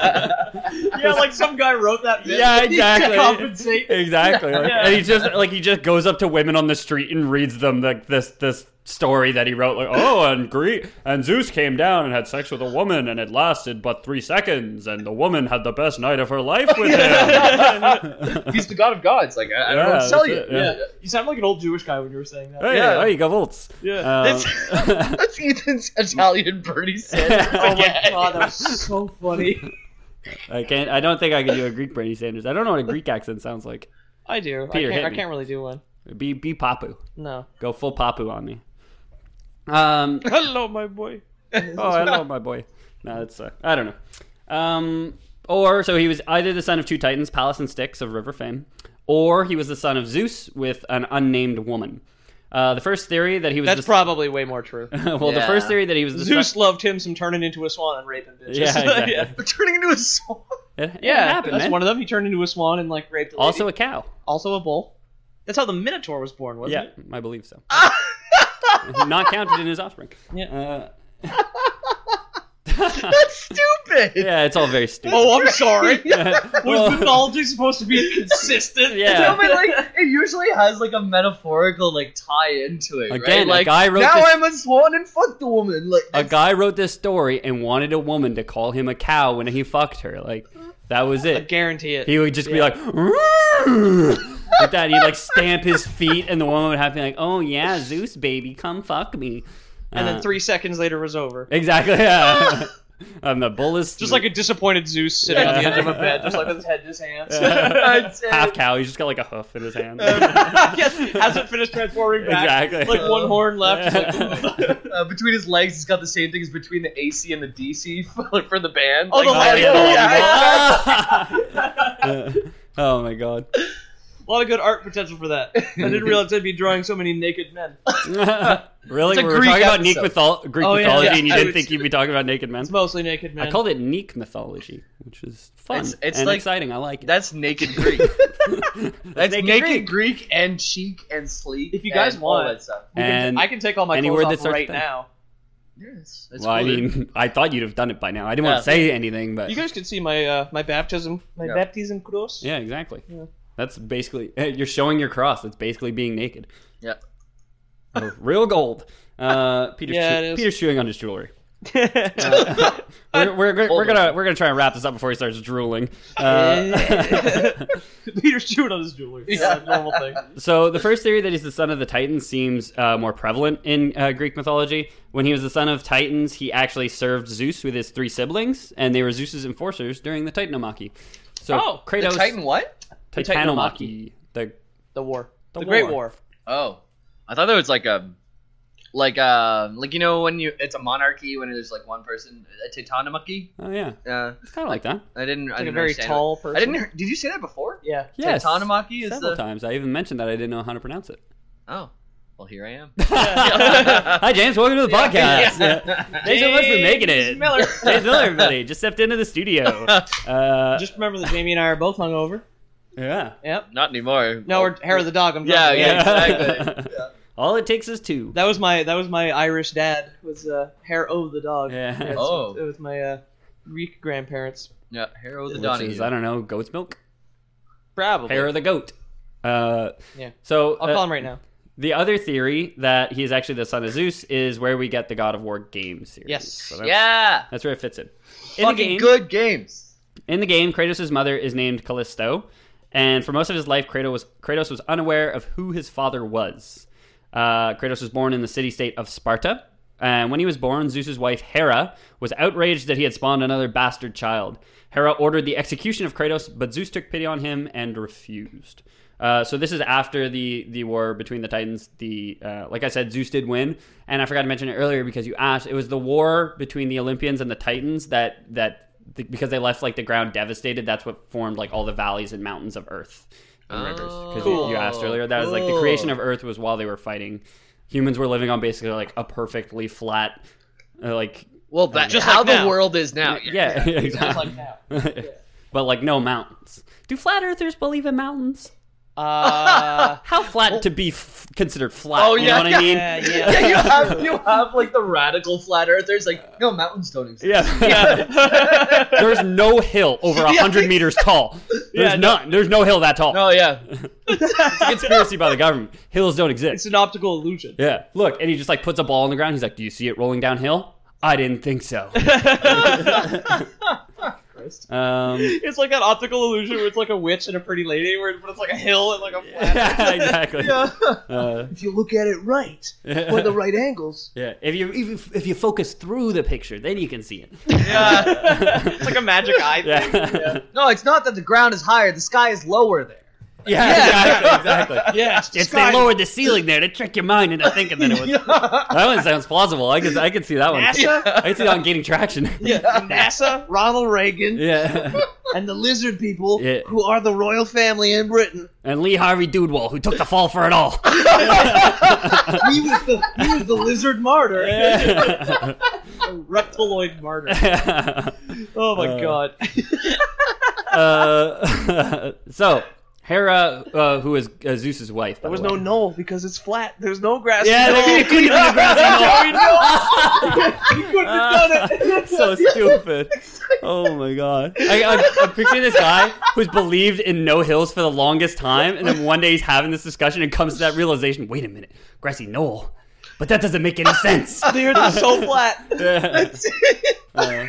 S4: Yeah, like some guy wrote that. bit.
S3: Yeah,
S4: *laughs* To
S3: exactly.
S4: compensate.
S3: Exactly. Like,
S4: Yeah.
S3: And he just like he just goes up to women on the street and reads them like this this story that he wrote like oh and Greek and Zeus came down and had sex with a woman and it lasted but three seconds and the woman had the best night of her life
S4: *laughs*
S3: with him. *laughs*
S2: he's the god of gods. Like *laughs* I, I don't know what
S3: Yeah,
S2: to tell
S3: that's
S2: you.
S3: it,
S4: Yeah. You sound like an old Jewish guy when you were saying that.
S3: Hey,
S2: Yeah.
S3: there you go, Volts.
S4: *laughs* Yeah.
S3: *laughs* Um,
S2: That's Ethan's Italian Bernie
S3: *laughs*
S2: Sanders.
S4: Oh my
S2: again.
S4: god, that
S2: *laughs*
S4: was so funny.
S3: I can't. I don't think I can do a Greek Bernie Sanders. I don't know what a Greek accent sounds like.
S4: I do.
S3: Peter,
S4: I,
S3: hit
S4: can't, I
S3: me.
S4: can't really do one.
S3: Be be Papu.
S4: No.
S3: Go full Papu on me. Um.
S4: Hello, my boy.
S3: Oh,
S4: *laughs*
S3: I love my boy. No, that's uh, I don't know. Um. Or so he was either the son of two titans, Pallas and Styx of river fame, or he was the son of Zeus with an unnamed woman. Uh, the first theory that he was
S4: That's
S3: the,
S4: probably way more true.
S3: *laughs* well, the first
S2: Yeah.
S3: theory that he was the
S4: Zeus
S3: Son,
S4: loved him some turning into a swan and raping bitches.
S3: yeah, exactly.
S4: *laughs* yeah.
S2: We're turning into a song.
S3: It, it
S4: Yeah,
S3: happened,
S4: that's
S3: man.
S4: one of them. He turned into a swan and like raped a lady.
S3: also a cow.
S4: also a bull. That's how the Minotaur was born, wasn't *laughs*
S3: Yeah,
S4: it?
S3: I believe so. Not counted in his offspring.
S4: Yeah.
S3: Uh,
S2: That's stupid.
S3: yeah, it's all very stupid. *laughs*
S4: *laughs* Oh, I'm *laughs* sorry.
S3: Well-
S4: Was mythology supposed to be
S3: *laughs*
S4: consistent?
S3: Yeah.
S2: No, but like it usually has like a metaphorical like tie into it. right?
S3: Again, a
S2: like
S3: guy wrote
S2: now
S3: this-
S2: I'm a swan and fuck the woman. Like
S3: A guy wrote this story and wanted a woman to call him a cow when he fucked her. Like that was
S4: I
S3: it.
S4: guarantee it.
S3: He would just be like, "Rrrr," like that. He'd like stamp his feet, and the woman would have to be like, "Oh yeah, Zeus baby, come fuck me."
S4: and
S3: Uh,
S4: then three seconds later was over.
S3: Exactly.
S4: *laughs*
S3: Yeah. and the bull is
S4: Just like a disappointed Zeus sitting on the end of a bed, just like with his head in his hands. *laughs*
S2: That's it.
S3: *laughs* half cow. He's just got like a hoof in his hand.
S4: yes, hasn't finished transforming back.
S3: exactly.
S4: Like one horn left.
S3: *laughs*
S4: just like,
S2: uh, between his legs, he's got the same thing as between the AC and the DC *laughs* for, for the band.
S4: Oh, the
S3: Oh,
S2: like,
S4: lighting.
S3: yeah, the
S4: Yeah.
S3: one you bought. *laughs* oh my god. *laughs*
S4: a lot of good art potential for that. I didn't realize I'd be drawing so many naked men.
S3: really?
S2: It's a
S3: We were
S2: Greek
S3: talking about
S2: episode.
S3: Greek, mythol- Greek
S4: Oh, yeah,
S3: mythology
S4: yeah,
S3: and you
S2: I
S3: didn't
S2: would-
S3: think you'd be talking about naked men?
S4: It's mostly naked men.
S3: I called it Neek mythology, which is fun
S2: It's- it's
S3: and
S2: like-
S3: exciting. I like it.
S2: That's naked
S3: *laughs*
S2: Greek. *laughs* That's naked, Greek. and cheek and sleek.
S4: If you guys
S2: and all
S4: want-
S2: that stuff.
S4: We can-
S3: and
S4: I can take all my
S3: any
S4: clothes
S3: word that
S4: off
S3: starts
S4: right
S3: with M.
S4: now.
S2: Yes, it's
S3: well, I
S2: cool.
S3: mean, I thought you'd have done it by now. I didn't
S2: Yeah.
S3: want to say anything, but
S4: You guys could see my uh, my baptism, my
S2: Yeah.
S4: baptism cross. *laughs*
S3: yeah, exactly.
S4: Yeah.
S3: That's basically *laughs* you're showing your cross. That's basically being naked.
S2: yeah.
S3: Oh, real gold.
S2: *laughs*
S3: Uh, Peter's,
S4: Yeah,
S3: chew-
S4: it is.
S3: Peter's chewing on his jewelry.
S4: Yeah.
S3: We're, we're, we're,
S2: Hold
S3: we're
S2: on.
S3: gonna we're gonna try and wrap this up before he
S2: *laughs*
S3: starts drooling. Uh,
S4: *laughs* Peter's chewing on his jewelry. Yeah, normal thing.
S3: so the first theory that he's the son of the Titans seems uh, more prevalent in uh, Greek mythology. When he was the son of Titans, he actually served Zeus with his three siblings, and they were Zeus's enforcers during the Titanomachy. So
S4: Oh, the
S3: Kratos,
S2: The Titan what?
S3: Titanomachy, the
S4: The war,
S3: The
S4: the, Great
S3: war.
S4: War.
S2: Oh, I thought that was like a, like a, like you know when you it's a monarchy when there's like one person a titanomachy.
S3: oh yeah,
S2: Uh,
S3: it's kind of like that.
S2: I didn't. I
S4: Like a
S2: didn't
S4: very
S2: understand
S4: tall
S2: It.
S4: person.
S2: I didn't. hear- Did you say that before?
S4: Yeah.
S3: *laughs* Yes,
S2: Titanomachy is
S3: several
S2: the.
S3: times. I even mentioned that I didn't know how to pronounce
S2: *laughs*
S3: it.
S2: Oh, well here I am. *laughs*
S3: Hi James, welcome to the podcast. Yeah. Thanks so much for
S4: James
S3: making it. *laughs*
S4: Miller.
S3: James Miller, everybody. Just stepped into the studio.
S2: *laughs*
S3: Uh,
S4: Just remember that Jamie and I are both hungover.
S3: yeah.
S4: Yep.
S2: Not anymore.
S4: No, we're hair of the dog. I'm
S2: Yeah,
S3: *laughs*
S4: drunk.
S2: yeah. exactly.
S3: All it takes is two.
S4: That was my that was my Irish dad was uh, hair of the dog.
S3: Yeah.
S4: That's-
S2: Oh.
S4: it was my uh, Greek grandparents.
S2: Yeah, Hero of the
S3: Which
S2: Donny.
S3: is, I don't know, goat's milk?
S4: Probably.
S3: Hair of the goat. Uh,
S4: Yeah.
S3: So
S4: I'll
S3: uh,
S4: call him right now.
S3: the other theory that he is actually the son of Zeus is where we get the God of War game series.
S4: Yes.
S3: So that's,
S2: Yeah,
S3: That's where it fits in. In the
S2: fucking
S3: game,
S2: good games.
S3: In the game, Kratos' mother is named Callisto, and for most of his life, Kratos was, Kratos was unaware of who his father was. Uh, Kratos was born in the city state of Sparta, and when he was born, Zeus's wife Hera was outraged that he had spawned another bastard child. Hera ordered the execution of Kratos, but Zeus took pity on him and refused. Uh, so this is after the the war between the Titans. The uh, like I said, Zeus did win, and I forgot to mention it earlier because you asked. It was the war between the Olympians and the Titans that that the, because they left like the ground devastated. That's what formed like all the valleys and mountains of Earth and rivers. Because you, you asked earlier, that was like the
S2: cool.
S3: creation of Earth was while they were fighting. Humans were living on basically like a perfectly flat, uh, like
S2: Well, that
S4: Just
S2: how
S4: like
S2: the
S4: now.
S2: world is now.
S3: yeah, *laughs* exactly.
S4: Like now.
S3: *laughs* but like no mountains. Do flat earthers believe in mountains?
S4: Uh,
S3: How flat to be f- considered flat?
S2: Oh,
S3: you
S2: yeah,
S3: know what I mean?
S4: yeah,
S2: yeah, *laughs*
S4: yeah.
S2: you have you have like the radical flat earthers like no mountains don't exist.
S3: *laughs* Yeah. There's no hill *laughs* over 100 meters tall. There's none. There's no hill that tall.
S2: Oh yeah,
S3: It's a conspiracy by the government. Hills don't exist.
S4: *laughs* It's an optical illusion.
S3: Yeah. Look, and he just like puts a ball on the ground. He's like, "Do you see it rolling downhill?" I didn't think *laughs* so. *laughs* um,
S4: *laughs* It's like that optical illusion where it's like a witch and a pretty lady, where but it's like a hill and like a
S3: *laughs*
S4: flat.
S3: exactly. Uh,
S4: If you look at it
S3: *laughs*
S4: right,
S3: yeah.
S4: the right angles,
S3: If you if, if you focus through the picture, then you can see it.
S2: yeah.
S4: it's like a magic eye.
S3: *laughs* Yeah. *laughs*
S4: Thing.
S3: yeah.
S2: No, it's not that the ground is higher; the sky is lower there.
S3: *laughs* Exactly. Exactly.
S4: Yeah, *laughs*
S3: It's they lowered the ceiling there to trick your mind into thinking that it was. That one sounds plausible. I could I could see that one.
S4: NASA,
S3: *laughs* I could see that one gaining traction.
S4: *laughs* yeah. NASA, Ronald Reagan,
S3: Yeah.
S4: and the lizard people,
S3: Yeah.
S4: who are the royal family in Britain.
S3: *laughs* And Lee Harvey Dudewall, who took the fall for it all.
S4: He was the, he was the lizard martyr, the reptiloid martyr. Oh
S3: *laughs*
S4: my
S3: Uh,
S4: god.
S3: *laughs* Uh, *laughs* so Hera, uh, who is uh, Zeus's wife. by
S4: There was
S3: the
S4: no
S3: way.
S4: knoll because it's flat. There's no grass.
S3: Yeah,
S4: knoll.
S3: there couldn't have been a
S4: *laughs* grass knoll. you couldn't have done
S3: *laughs*
S4: it.
S3: so
S4: *laughs*
S3: stupid. Oh my god. I, I, I'm picturing this guy who's believed in no hills for the longest time, and then one day he's having this discussion and comes to that realization wait a minute, grassy knoll. But that doesn't make any
S4: *laughs*
S3: sense.
S4: They're so flat. *laughs*
S3: Yeah. Uh,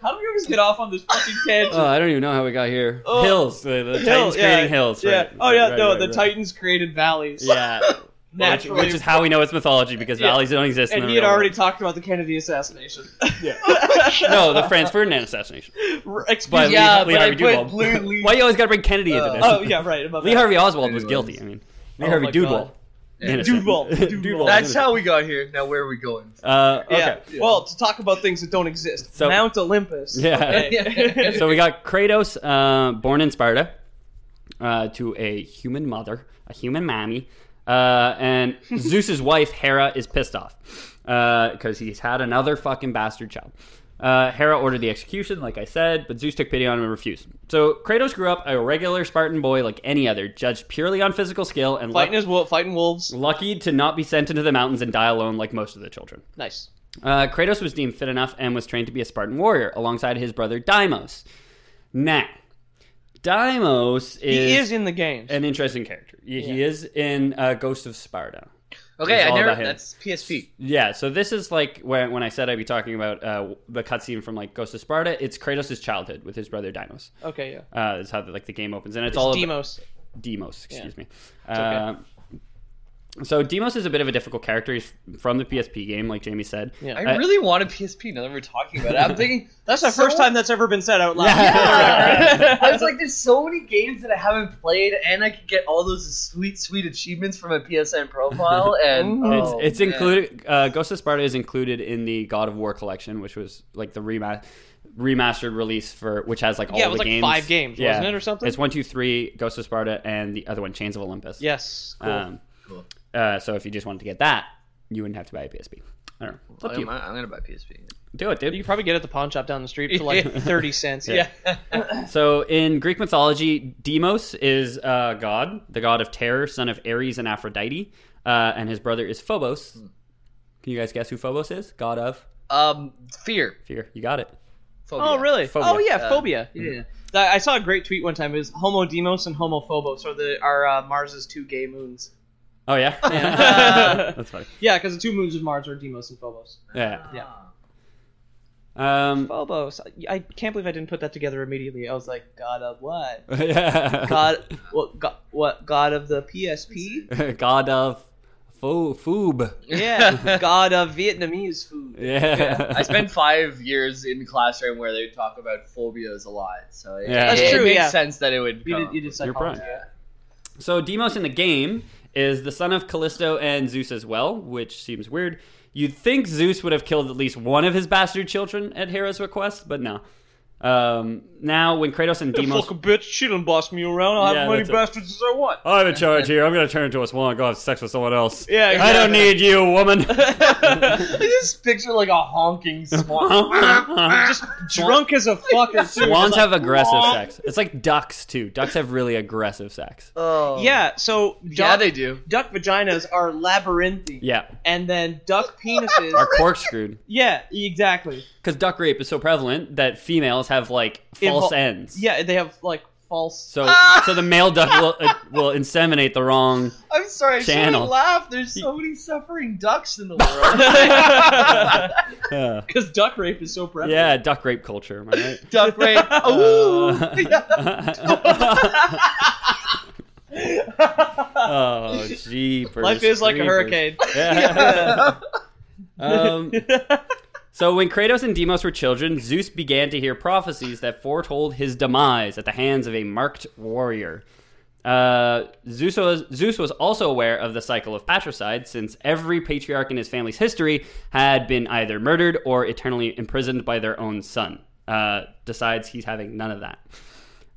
S4: How do we always get off on this fucking tangent?
S3: oh, I don't even know how we got here.
S4: Oh.
S3: hills. The, the *laughs* Titans
S4: yeah,
S3: creating hills.
S4: Yeah.
S3: right.
S4: Oh yeah,
S3: Right,
S4: no,
S3: right,
S4: the
S3: right.
S4: Titans created valleys. *laughs*
S3: Yeah. Which,
S4: Naturally.
S3: which is how we know it's mythology because
S4: Yeah.
S3: valleys don't exist. in
S4: and
S3: the
S4: he had
S3: real
S4: already
S3: world.
S4: talked about the Kennedy assassination. *laughs*
S3: no the Franz Ferdinand assassination.
S4: R- Excuse
S3: But
S4: me.
S2: Yeah,
S3: Lee, Lee
S2: but I
S3: Harvey
S2: put
S3: Duval.
S2: blue
S3: *laughs*
S2: Lee-
S3: Why you always got to bring Kennedy into
S2: Uh,
S3: this?
S4: Oh yeah, right. About
S3: Lee
S4: that.
S3: Harvey Oswald
S2: Anyways.
S3: was guilty. I mean, Lee
S4: Oh
S3: Harvey
S4: my
S3: Duval.
S2: Yeah.
S3: Innocent. *laughs*
S4: Duval. Duval.
S2: That's
S3: is
S2: how we got here. Now where are we going?
S3: innocent. Uh, okay.
S4: Yeah. Well, to talk about things that don't exist.
S3: So-
S4: Mount Olympus.
S3: Yeah.
S4: Okay.
S3: *laughs*
S4: *laughs*
S3: So we got Kratos, uh, born in Sparta, uh, to a human mother, a human mammy, uh, and Zeus's wife Hera is pissed off because he's had another fucking bastard child. Uh, Hera ordered the execution, like I said, but Zeus took pity on him and refused. So Kratos grew up a regular Spartan boy like any other, judged purely on physical skill and
S4: fighting
S3: luck-
S4: his wolf, fighting wolves.
S3: lucky to not be sent into the mountains and die alone like most of the children.
S4: Nice.
S3: Uh, Kratos was deemed fit enough and was trained to be a Spartan warrior alongside his brother Deimos. Now, Deimos is,
S4: He is in the games.
S3: an interesting character. He he is in uh, Ghost of Sparta.
S2: Okay,
S3: It's
S2: I
S3: all
S2: never.
S3: about him.
S2: That's PSP.
S3: Yeah, so this is like when, when I said I'd be talking about uh, the cutscene from like Ghost of Sparta. It's Kratos' childhood with his brother Deimos.
S4: Okay. Yeah.
S3: Uh, is how the, like the game opens, and it's,
S4: It's
S3: all about-
S4: Demos.
S3: Demos, excuse me.
S4: okay.
S3: Um, so Demos is a bit of a difficult character. He's from the PSP game, like Jamie said.
S4: Yeah.
S2: I
S3: Uh,
S2: really want a PSP now that we're talking about it. I'm thinking
S4: That's the first
S2: so-
S4: time that's ever been said out loud. *laughs*
S3: *laughs*
S2: Yeah. I was like, there's so many games that I haven't played, and I could get all those sweet, sweet achievements from a PSN profile. And
S3: It's,
S2: oh,
S3: it's
S2: man.
S3: included. Uh, Ghost of Sparta is included in the God of War collection, which was like the rema- remastered release for which has like all
S4: Yeah, it
S3: the
S4: was, like,
S3: games.
S4: five games, wasn't it, or something?
S3: It's one, two, three, Ghost of Sparta, and the other one, Chains of Olympus.
S4: Yes. Cool.
S3: Um,
S2: Cool.
S3: uh, so if you just wanted to get that, you wouldn't have to buy a PSP. I don't know. It's up to
S2: I'm,
S3: you.
S2: I'm gonna buy PSP.
S3: Do it, dude.
S4: you could probably get it at the pawn shop down the street
S3: *laughs*
S4: for like thirty cents. *laughs*
S2: Yeah.
S3: So in Greek mythology, Demos is uh, god, the god of terror, son of Ares and Aphrodite, uh, and his brother is Phobos. Can you guys guess who Phobos is? God of
S2: um, fear.
S3: fear. You got it.
S2: Phobia.
S4: Oh really?
S3: Phobia. mm-hmm.
S4: Oh yeah,
S2: Uh,
S4: phobia.
S2: Yeah.
S4: I I saw a great tweet one time. It was Homo Demos and Homo Phobos are the are uh, Mars's two gay moons.
S3: Oh yeah,
S4: Yeah.
S3: *laughs* that's funny.
S4: Yeah, because the two moons of Mars are Deimos and Phobos.
S3: Yeah.
S4: Yeah.
S3: Um, *laughs*
S4: Phobos. I, I can't believe I didn't put that together immediately. I was like, God of what?
S3: *laughs* yeah.
S4: God, what? God, what? God of the PSP?
S3: *laughs* God of pho- phoob.
S4: Yeah,
S3: *laughs*
S4: God of Vietnamese food.
S3: Yeah.
S2: *laughs* I spent five years in the classroom where they talk about phobias a lot, so it,
S3: Yeah. That's
S2: it
S4: true,
S2: Makes
S4: yeah.
S2: sense that it would.
S4: You
S2: Come.
S4: did, you did
S3: You're
S4: psychology.
S3: prime. So Demos in the game is the son of Callisto and Zeus as well, which seems weird. You'd think Zeus would have killed at least one of his bastard children at Hera's request, but no. Um, now, when Kratos *laughs* and Demos,
S4: bitch. She didn't boss me around. I'll
S3: have Yeah, as many that's it. Oh.
S4: bastards as I want. *laughs*
S3: I'm in charge here. I'm gonna turn into a swan and go have sex with someone else.
S4: Yeah,
S3: I don't need you,
S4: *laughs*
S3: woman.
S2: I just picture like a honking
S3: *laughs*
S2: swan.
S4: Just drunk as a fucker. too.
S3: Swans have aggressive sex. It's like ducks too. Ducks have really aggressive sex.
S2: oh.
S4: Yeah. So
S2: Yeah,
S4: duck,
S2: they do.
S4: duck vaginas are labyrinthine.
S3: Yeah,
S4: And then duck penises.
S3: are corkscrewed
S4: yeah, exactly.
S3: because duck rape is so prevalent that females have like false
S4: Invul-
S3: ends.
S4: Yeah, they have like false.
S2: *laughs*
S4: *laughs*
S3: So, so the male duck will, uh, will inseminate the wrong.
S2: I'm sorry, I shouldn't
S3: Channel.
S2: laugh. There's so many suffering ducks in the world.
S3: Uh,
S4: Because duck rape is so prevalent.
S3: yeah, duck rape culture. Am I
S2: *laughs*
S3: right?
S2: Duck
S4: *laughs*
S2: rape. Ooh.
S3: Uh, *laughs*
S2: *laughs*
S3: oh, jeepers!
S4: Life is like a
S3: creepers.
S4: hurricane.
S3: *laughs*
S4: *laughs*
S3: Yeah. um, so when Kratos and Demos were children, Zeus began to hear prophecies that foretold his demise at the hands of a marked warrior. Uh, Zeus, was, Zeus was also aware of the cycle of patricide, since every patriarch in his family's history had been either murdered or eternally imprisoned by their own son. Uh, decides he's having none of that.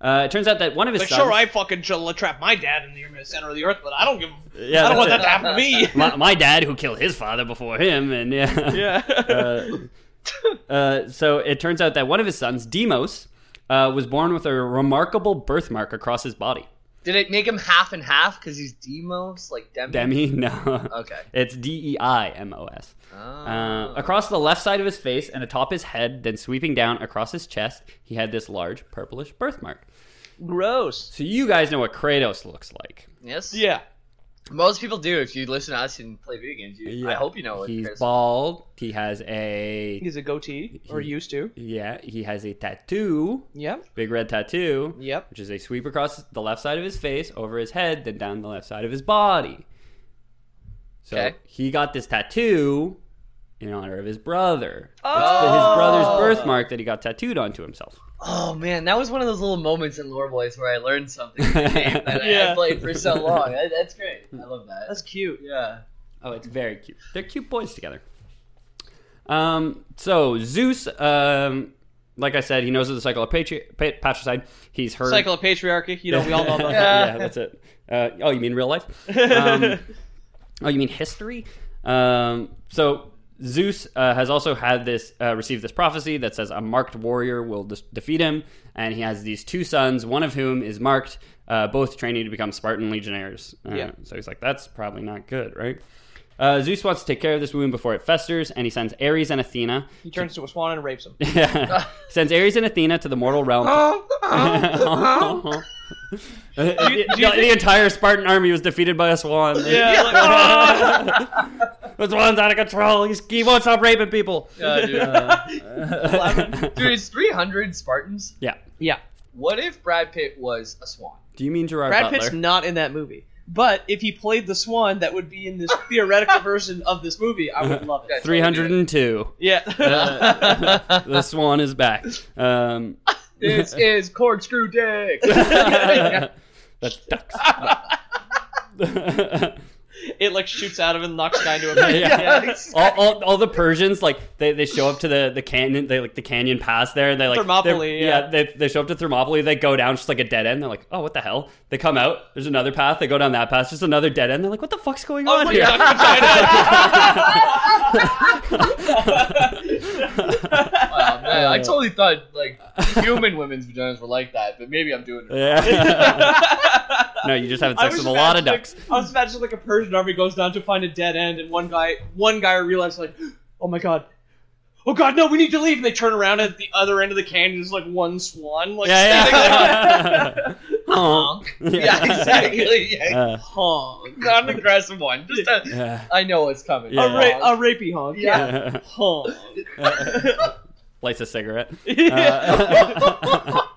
S3: Uh, it turns out that one of his
S4: Like,
S3: sons.
S4: sure, I fucking tra- trap my dad in the center of the earth, but I don't give.
S3: Yeah,
S4: I don't want that
S3: that's
S4: to happen to me.
S3: it. my, my dad, who killed his father before him, and yeah.
S4: *laughs* yeah.
S3: Uh, uh, so it turns out that one of his sons, Demos, uh, was born with a remarkable birthmark across his body.
S2: Did it make him half and half because he's Demos like Demi?
S3: Demi, no.
S2: Mm-hmm. Okay.
S3: *laughs* It's D E I M O S.
S2: Oh.
S3: Uh, across the left side of his face and atop his head, then sweeping down across his chest, he had this large purplish birthmark.
S4: Gross.
S3: So you guys know what Kratos looks like.
S2: yes.
S4: Yeah.
S2: Most people do. If you listen to us and play video games, you, I hope you know what
S3: He's
S2: Chris-
S3: bald. He has a
S4: He's a goatee, or used to.
S3: yeah. He has a tattoo,
S4: Yep.
S3: big red tattoo,
S4: Yep.
S3: which is a sweep across the left side of his face, over his head, then down the left side of his body. So
S2: Okay.
S3: he got this tattoo in honor of his brother.
S4: Oh.
S3: His brother's birthmark that he got tattooed onto himself.
S2: Oh man, that was one of those little moments in Lore Boys where I learned something *laughs* in a game that I
S4: Yeah.
S2: played for so long. I, that's great. I love that.
S4: That's cute.
S2: yeah.
S3: Oh, it's very cute. They're cute boys together. Um, so Zeus, um, like I said, he knows of the cycle of patri- pa- patricide. He's heard
S4: Cycle of patriarchy. You know, we all
S3: *laughs*
S4: know about that.
S3: yeah, that's it. Uh, oh, you mean real life? Um, oh, you mean history? Um, so Zeus uh, has also had this uh, received this prophecy that says a marked warrior will des- defeat him, and he has these two sons, one of whom is marked, uh, both training to become Spartan legionnaires. Uh,
S4: Yeah.
S3: So he's like, that's probably not good, right? Uh, Zeus wants to take care of this wound before it festers, and he sends Ares and Athena. *laughs*
S4: He turns to a swan and rapes him.
S3: sends Ares and Athena to the mortal realm. to- oh. the, Uh-huh. the entire Spartan army was defeated by a swan.
S4: Yeah.
S3: *laughs*
S4: like, "Ah!"
S3: the swan's out of control. He's, he won't stop raping people. Uh,
S2: Yeah, Uh, dude.
S4: *laughs*
S3: *laughs* yeah.
S2: dude, it's 300 Spartans.
S4: yeah.
S2: What if Brad Pitt was a swan?
S3: Do you mean Gerard
S4: *laughs* Brad
S3: Butler?
S4: Pitt's not in that movie. But if he played the swan, that would be in this
S3: *laughs*
S4: theoretical version of this movie. I would love it.
S3: 302. *laughs*
S4: Yeah.
S3: Uh, *laughs* the swan is back.
S4: *laughs*
S3: Um, *laughs*
S2: This is corkscrew dick.
S3: that's
S4: *laughs*
S3: ducks. *laughs*
S4: it like shoots out of him and knocks down
S3: *laughs*
S4: to a
S3: Yeah.
S4: yeah.
S3: all, all, all the Persians like they, they show up to the the canyon they like the canyon pass there and they like
S4: Thermopylae,
S3: they're-
S4: yeah.
S3: they, they show up to Thermopylae they go down just like a dead end they're like oh what the hell they come out there's another path they go down that path just another dead end they're like what the fuck's going
S4: Oh
S3: on
S4: my
S3: here
S4: God,
S3: *laughs*
S4: vagina.
S2: Wow, man, *laughs* I totally thought like human women's vaginas were like that, but maybe I'm doing it. wrong.
S3: *laughs*
S4: *laughs*
S3: yeah no you just having
S4: I
S3: sex
S4: was
S3: with a lot of
S4: imagining-
S3: ducks
S4: I was imagining like a Persian army goes down to find a dead end, and one guy, one guy realizes like, *gasps* oh my god, oh god, no, we need to leave. And they turn around and at the other end of the canyon. There's like one swan, like
S3: yeah
S4: standing
S3: *laughs*
S4: there.
S3: yeah Honk.
S2: *laughs* Yeah,
S3: *laughs*
S2: exactly. Yeah.
S3: Uh,
S4: Honk.
S2: Not an aggressive one. Just a,
S3: yeah.
S2: I know it's coming.
S3: Yeah.
S4: A, ra- a rapey
S3: *laughs*
S4: honk.
S2: Yeah.
S4: Honk.
S3: lights a
S4: *laughs*
S3: cigarette *laughs* Uh,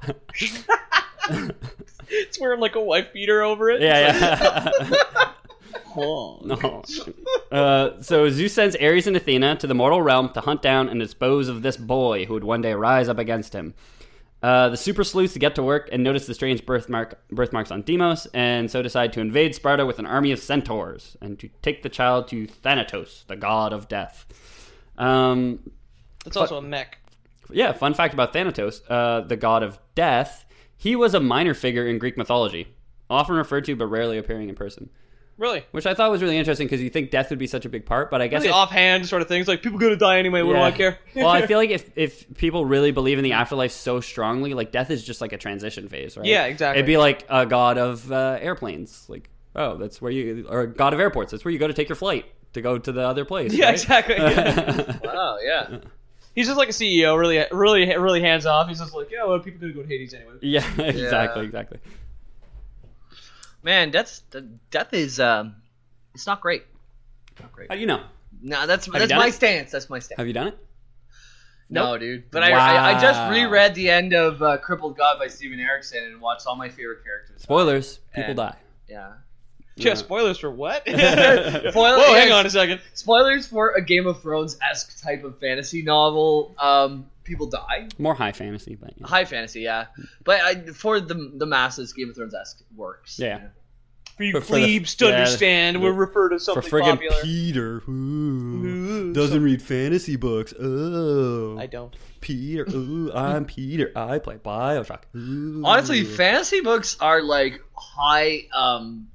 S4: It's wearing like a wife beater over it.
S3: yeah yeah
S4: Honk.
S3: No. Uh, so Zeus sends Ares and Athena to the mortal realm to hunt down and dispose of this boy who would one day rise up against him. Uh, the super sleuths get to work and notice the strange birthmark birthmarks on Demos, and so decide to invade Sparta with an army of centaurs and to take the child to Thanatos, the god of death. Um,
S4: That's also a mech.
S3: yeah, fun fact about Thanatos, uh, the god of death. He was a minor figure in Greek mythology, often referred to but rarely appearing in person
S4: Really.
S3: which I thought was really interesting because you think death would be such a big part, but I guess
S4: Really
S3: if-
S4: offhand sort of things like people gonna die anyway. What do oh, I
S3: Yeah.
S4: care?
S3: *laughs* well,
S4: *laughs*
S3: I feel like if if people really believe in the afterlife so strongly, like death is just like a transition phase, right?
S4: Yeah, exactly.
S3: It'd be like a god of uh, airplanes, like oh, that's where you or a god of airports. That's where you go to take your flight to go to the other place.
S4: yeah,
S3: right? *laughs*
S4: exactly. *laughs*
S2: Wow. Yeah.
S4: He's just like a CEO, really, really, really hands off. He's just like, yeah, well, people gonna go to Hades anyway.
S3: yeah, exactly, exactly.
S2: Man, that's that, death is um, it's not great. Not great.
S3: How do you know?
S2: No, that's
S3: you
S2: that's
S3: done
S2: my
S3: it?
S2: stance. That's my stance.
S3: Have you done it?
S2: No, dude. But I, I I just
S3: Wow.
S2: reread the end of uh, Crippled God by Steven Erickson and watched all my favorite characters.
S3: Spoilers. People
S4: Eh.
S2: And-
S3: die.
S2: Yeah.
S4: Yeah,
S3: Yeah.
S4: spoilers
S3: *laughs*
S4: for what? *laughs*
S2: Spoiler-
S4: Whoa, hang
S2: yes.
S4: on a second.
S2: Spoilers for a Game of Thrones esque type of fantasy novel. Um, people die.
S3: More high fantasy, but
S4: *laughs*
S3: yeah.
S2: High fantasy, yeah. But I, for the the masses, Game of Thrones esque works.
S3: Yeah.
S4: For you
S3: For- for the-
S4: plebes
S3: yeah,
S4: to understand, we refer to
S3: for
S4: something
S3: friggin'
S4: popular.
S3: Peter, who
S4: Ooh,
S3: doesn't read fantasy books. Oh,
S4: so- I don't.
S3: Peter, ooh, I'm Peter. I play Bioshock. Ooh.
S2: Honestly, fantasy books are like high um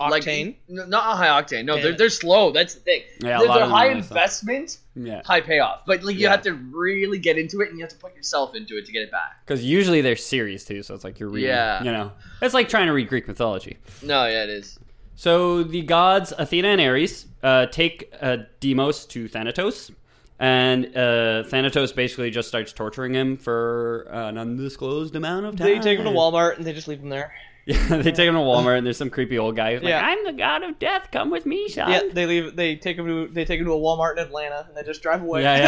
S2: Like,
S6: Octane.
S2: n- not high octane. No,
S6: Damn
S2: they're,
S6: it.
S2: they're slow. That's the thing.
S3: Yeah, a
S2: they're
S3: lot
S2: they're
S3: of them
S2: high
S3: are slow.
S2: investment,
S3: Yeah,
S2: high payoff. But like you
S3: Yeah.
S2: have to really get into it, and you have to put yourself into it to get it back.
S3: because usually they're series too, so it's like you're reading.
S2: Yeah.
S3: You know, it's like trying to read Greek mythology.
S2: No, yeah, it is.
S3: So the gods Athena and Ares uh, take uh, Deimos to Thanatos, and uh, Thanatos basically just starts torturing him for an undisclosed amount of time.
S4: They take him
S3: *laughs*
S4: to Walmart and they just leave him there.
S3: Yeah, they take him to Walmart, and there's some creepy old guy who's like,
S4: Yeah.
S3: "I'm the god of death. Come with me, son."
S4: Yeah, they leave. They take him to. They take him to a Walmart in Atlanta and they just drive away.
S3: Yeah,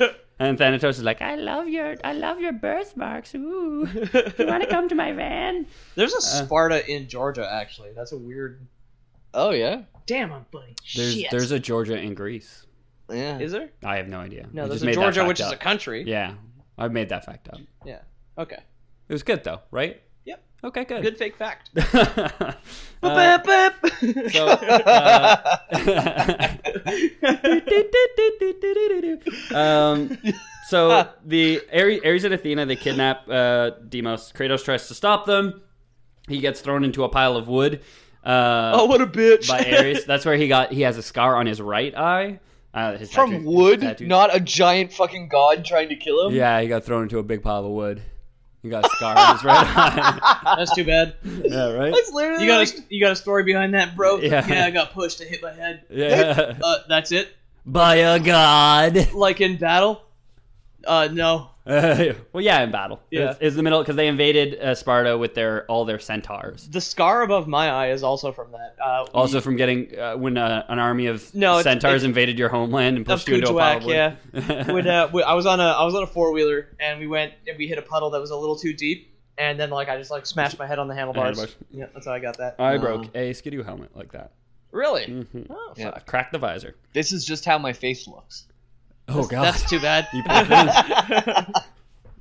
S3: yeah. And Thanatos is like, "I love your, I love your birthmarks. Ooh,
S4: *laughs*
S3: *laughs* you want to come to my van?"
S4: There's a Sparta in Georgia actually. That's a weird.
S2: Oh yeah,
S4: Damn, I'm funny.
S3: There's,
S4: Shit.
S3: there's a Georgia in Greece.
S2: yeah.
S4: Is there?
S3: I have no idea.
S4: No,
S3: I
S4: there's
S3: just
S4: a
S3: made that
S4: Georgia,
S3: fact
S4: which is a
S3: up.
S4: country.
S3: Yeah, I made that fact up.
S4: Yeah. Okay.
S3: It was good though, right?
S4: Yep.
S3: Okay, good.
S4: Good fake fact.
S3: *laughs* Uh, so, uh, *laughs* um,
S4: *laughs*
S3: so the Ares, Ares and Athena they kidnap uh, Deimos. Kratos tries to stop them. He gets thrown into a pile of wood. Uh,
S4: *laughs* oh, what a bitch.
S3: by
S4: *laughs*
S3: Ares. That's where he got. He has a scar on his right eye. Uh, his
S2: From
S3: tattoo- his
S2: wood,
S3: tattoo-
S2: not a giant fucking god trying to kill him.
S3: Yeah, he got thrown into a big pile of wood. He got a scar on his right eye.
S4: That's too bad.
S3: *laughs* yeah, right.
S2: That's literally
S4: You got
S2: like-
S4: a, *laughs* you got a story behind that, bro?
S3: Yeah.
S4: I got pushed. I hit my head.
S3: Yeah.
S4: Uh, that's it.
S3: By a god.
S4: Like in battle. Uh, no.
S3: Uh, *laughs* well, yeah, in battle.
S4: Yeah.
S3: Is the middle because they invaded uh, Sparta with their all their centaurs.
S4: The scar above my eye is also from that. Uh,
S3: Also, from getting uh, when uh, an army of
S4: No, it's-
S3: centaurs
S4: it's-
S3: invaded your homeland and
S4: of
S3: pushed you into a pile of
S4: Kuchak,
S3: wood. *laughs*
S4: yeah. when, uh, we- I was on a I was on a four wheeler and we went and we hit a puddle that was a little too deep and then like I just like smashed my head on the handlebars.
S3: Handlebars.
S4: Yeah, that's how I got that.
S3: I Mm. broke a skidoo helmet like that. Mm-hmm.
S2: really.
S4: Oh,
S2: Yeah.
S4: fuck.
S3: Cracked the visor.
S2: This is just how my face looks.
S3: Oh god.
S4: That's too bad.
S3: You put it in.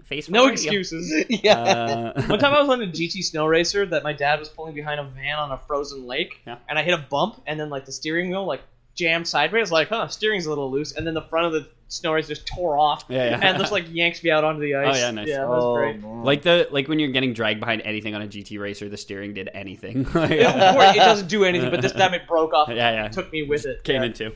S5: Face
S4: *laughs* no
S5: for
S3: *laughs*
S5: radio.
S4: excuses.
S2: yeah.
S3: Uh,
S4: *laughs* One time I was on a GT snow racer that my dad was pulling behind a van on a frozen lake,
S3: Yeah.
S4: and I hit a bump, and then like the steering wheel like jammed sideways, like huh, steering's a little loose, and then the front of the snow race just tore off,
S3: Yeah, yeah.
S4: and just like yanks me out onto the ice.
S3: Oh, yeah, nice.
S4: Yeah, that was great.
S3: *laughs* like the like when you're getting dragged behind anything on a GT racer, the steering did anything.
S4: Yeah,
S3: *laughs* yeah,
S4: of course, it doesn't do
S3: *laughs*
S4: anything, but this time it broke off. and
S3: yeah.
S4: Took me with it.
S3: Came
S4: Yeah.
S3: into.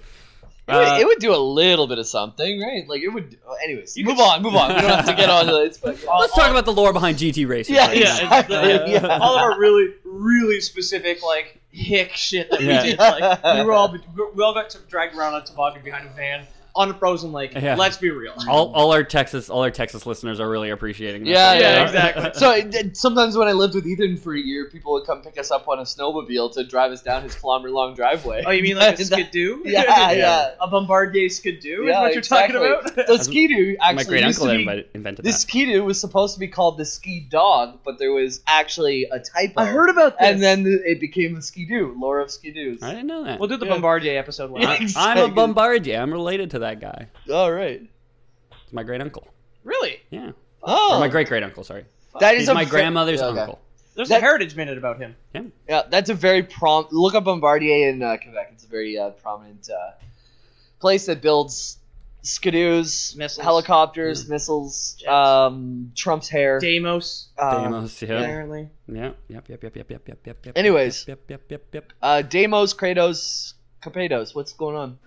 S2: It would,
S3: Uh,
S2: it would do a little bit of something, right? Like it would. oh, Anyways,
S4: You
S2: move
S4: could-
S2: on, move on. We don't have to get
S4: *laughs*
S2: on to this. But
S3: Let's talk about the lore behind GT racers.
S2: Yeah,
S3: right
S4: Yeah,
S3: now.
S4: exactly.
S2: Exactly,
S4: Yeah.
S2: yeah.
S4: uh, all of our really, really specific like hick shit that
S3: Yeah.
S4: we did. Like, we were all we all got dragged around on toboggan behind a van on a frozen lake.
S3: Yeah.
S4: Let's be real.
S3: All, all our Texas, all our Texas listeners are really appreciating. This uh,
S2: Yeah,
S3: right
S4: yeah,
S3: now. *laughs*
S4: exactly.
S2: so it- it- sometimes when I lived with Ethan for a year, people would come pick us up on a snowmobile to drive us down his kilometer-long driveway.
S4: Oh, you mean like
S2: *laughs*
S4: a
S2: That-
S4: skidoo? *laughs*
S2: yeah, yeah.
S4: A bombardier skidoo
S2: Yeah,
S4: is what
S2: exactly.
S4: you're
S2: *laughs*
S4: talking about?
S2: The skidoo actually
S3: My great uncle
S2: used to be-
S3: invented, invented
S2: The
S3: that.
S2: skidoo was supposed to be called the ski dog, but there was actually a typo.
S4: I heard about this.
S2: and then the- it became the skidoo, lore of skidoos. *laughs*
S3: I didn't know that.
S4: we'll do the
S2: Yeah.
S4: bombardier
S2: *laughs*
S4: episode one.
S2: Yeah.
S3: I, I'm a
S2: exactly.
S3: bombardier. I'm related to that guy.
S2: All right.
S3: It's my great uncle.
S4: Really?
S3: Yeah,
S2: Oh,
S3: or my great great uncle. Sorry,
S2: that is
S3: he's
S2: a
S3: my
S2: ve-
S3: grandmother's
S2: Yeah, okay.
S3: uncle.
S4: There's a
S2: That-
S4: heritage minute about him.
S2: Yeah, that's a very prom. Look up Bombardier in uh, Quebec. It's a very uh, prominent uh, place that builds skidoos,
S4: Missiles.
S2: helicopters,
S3: Hmm.
S2: missiles, um, Trump's hair.
S4: Deimos,
S2: um,
S3: Deimos, yeah.
S4: apparently.
S3: yeah, yep, yep, yep, yep, yep, yep, yep, yep.
S2: Anyways.
S3: yep, yep, yep, yep.
S2: Uh, Deimos, Kratos, Capados. What's going
S3: *laughs*
S2: on?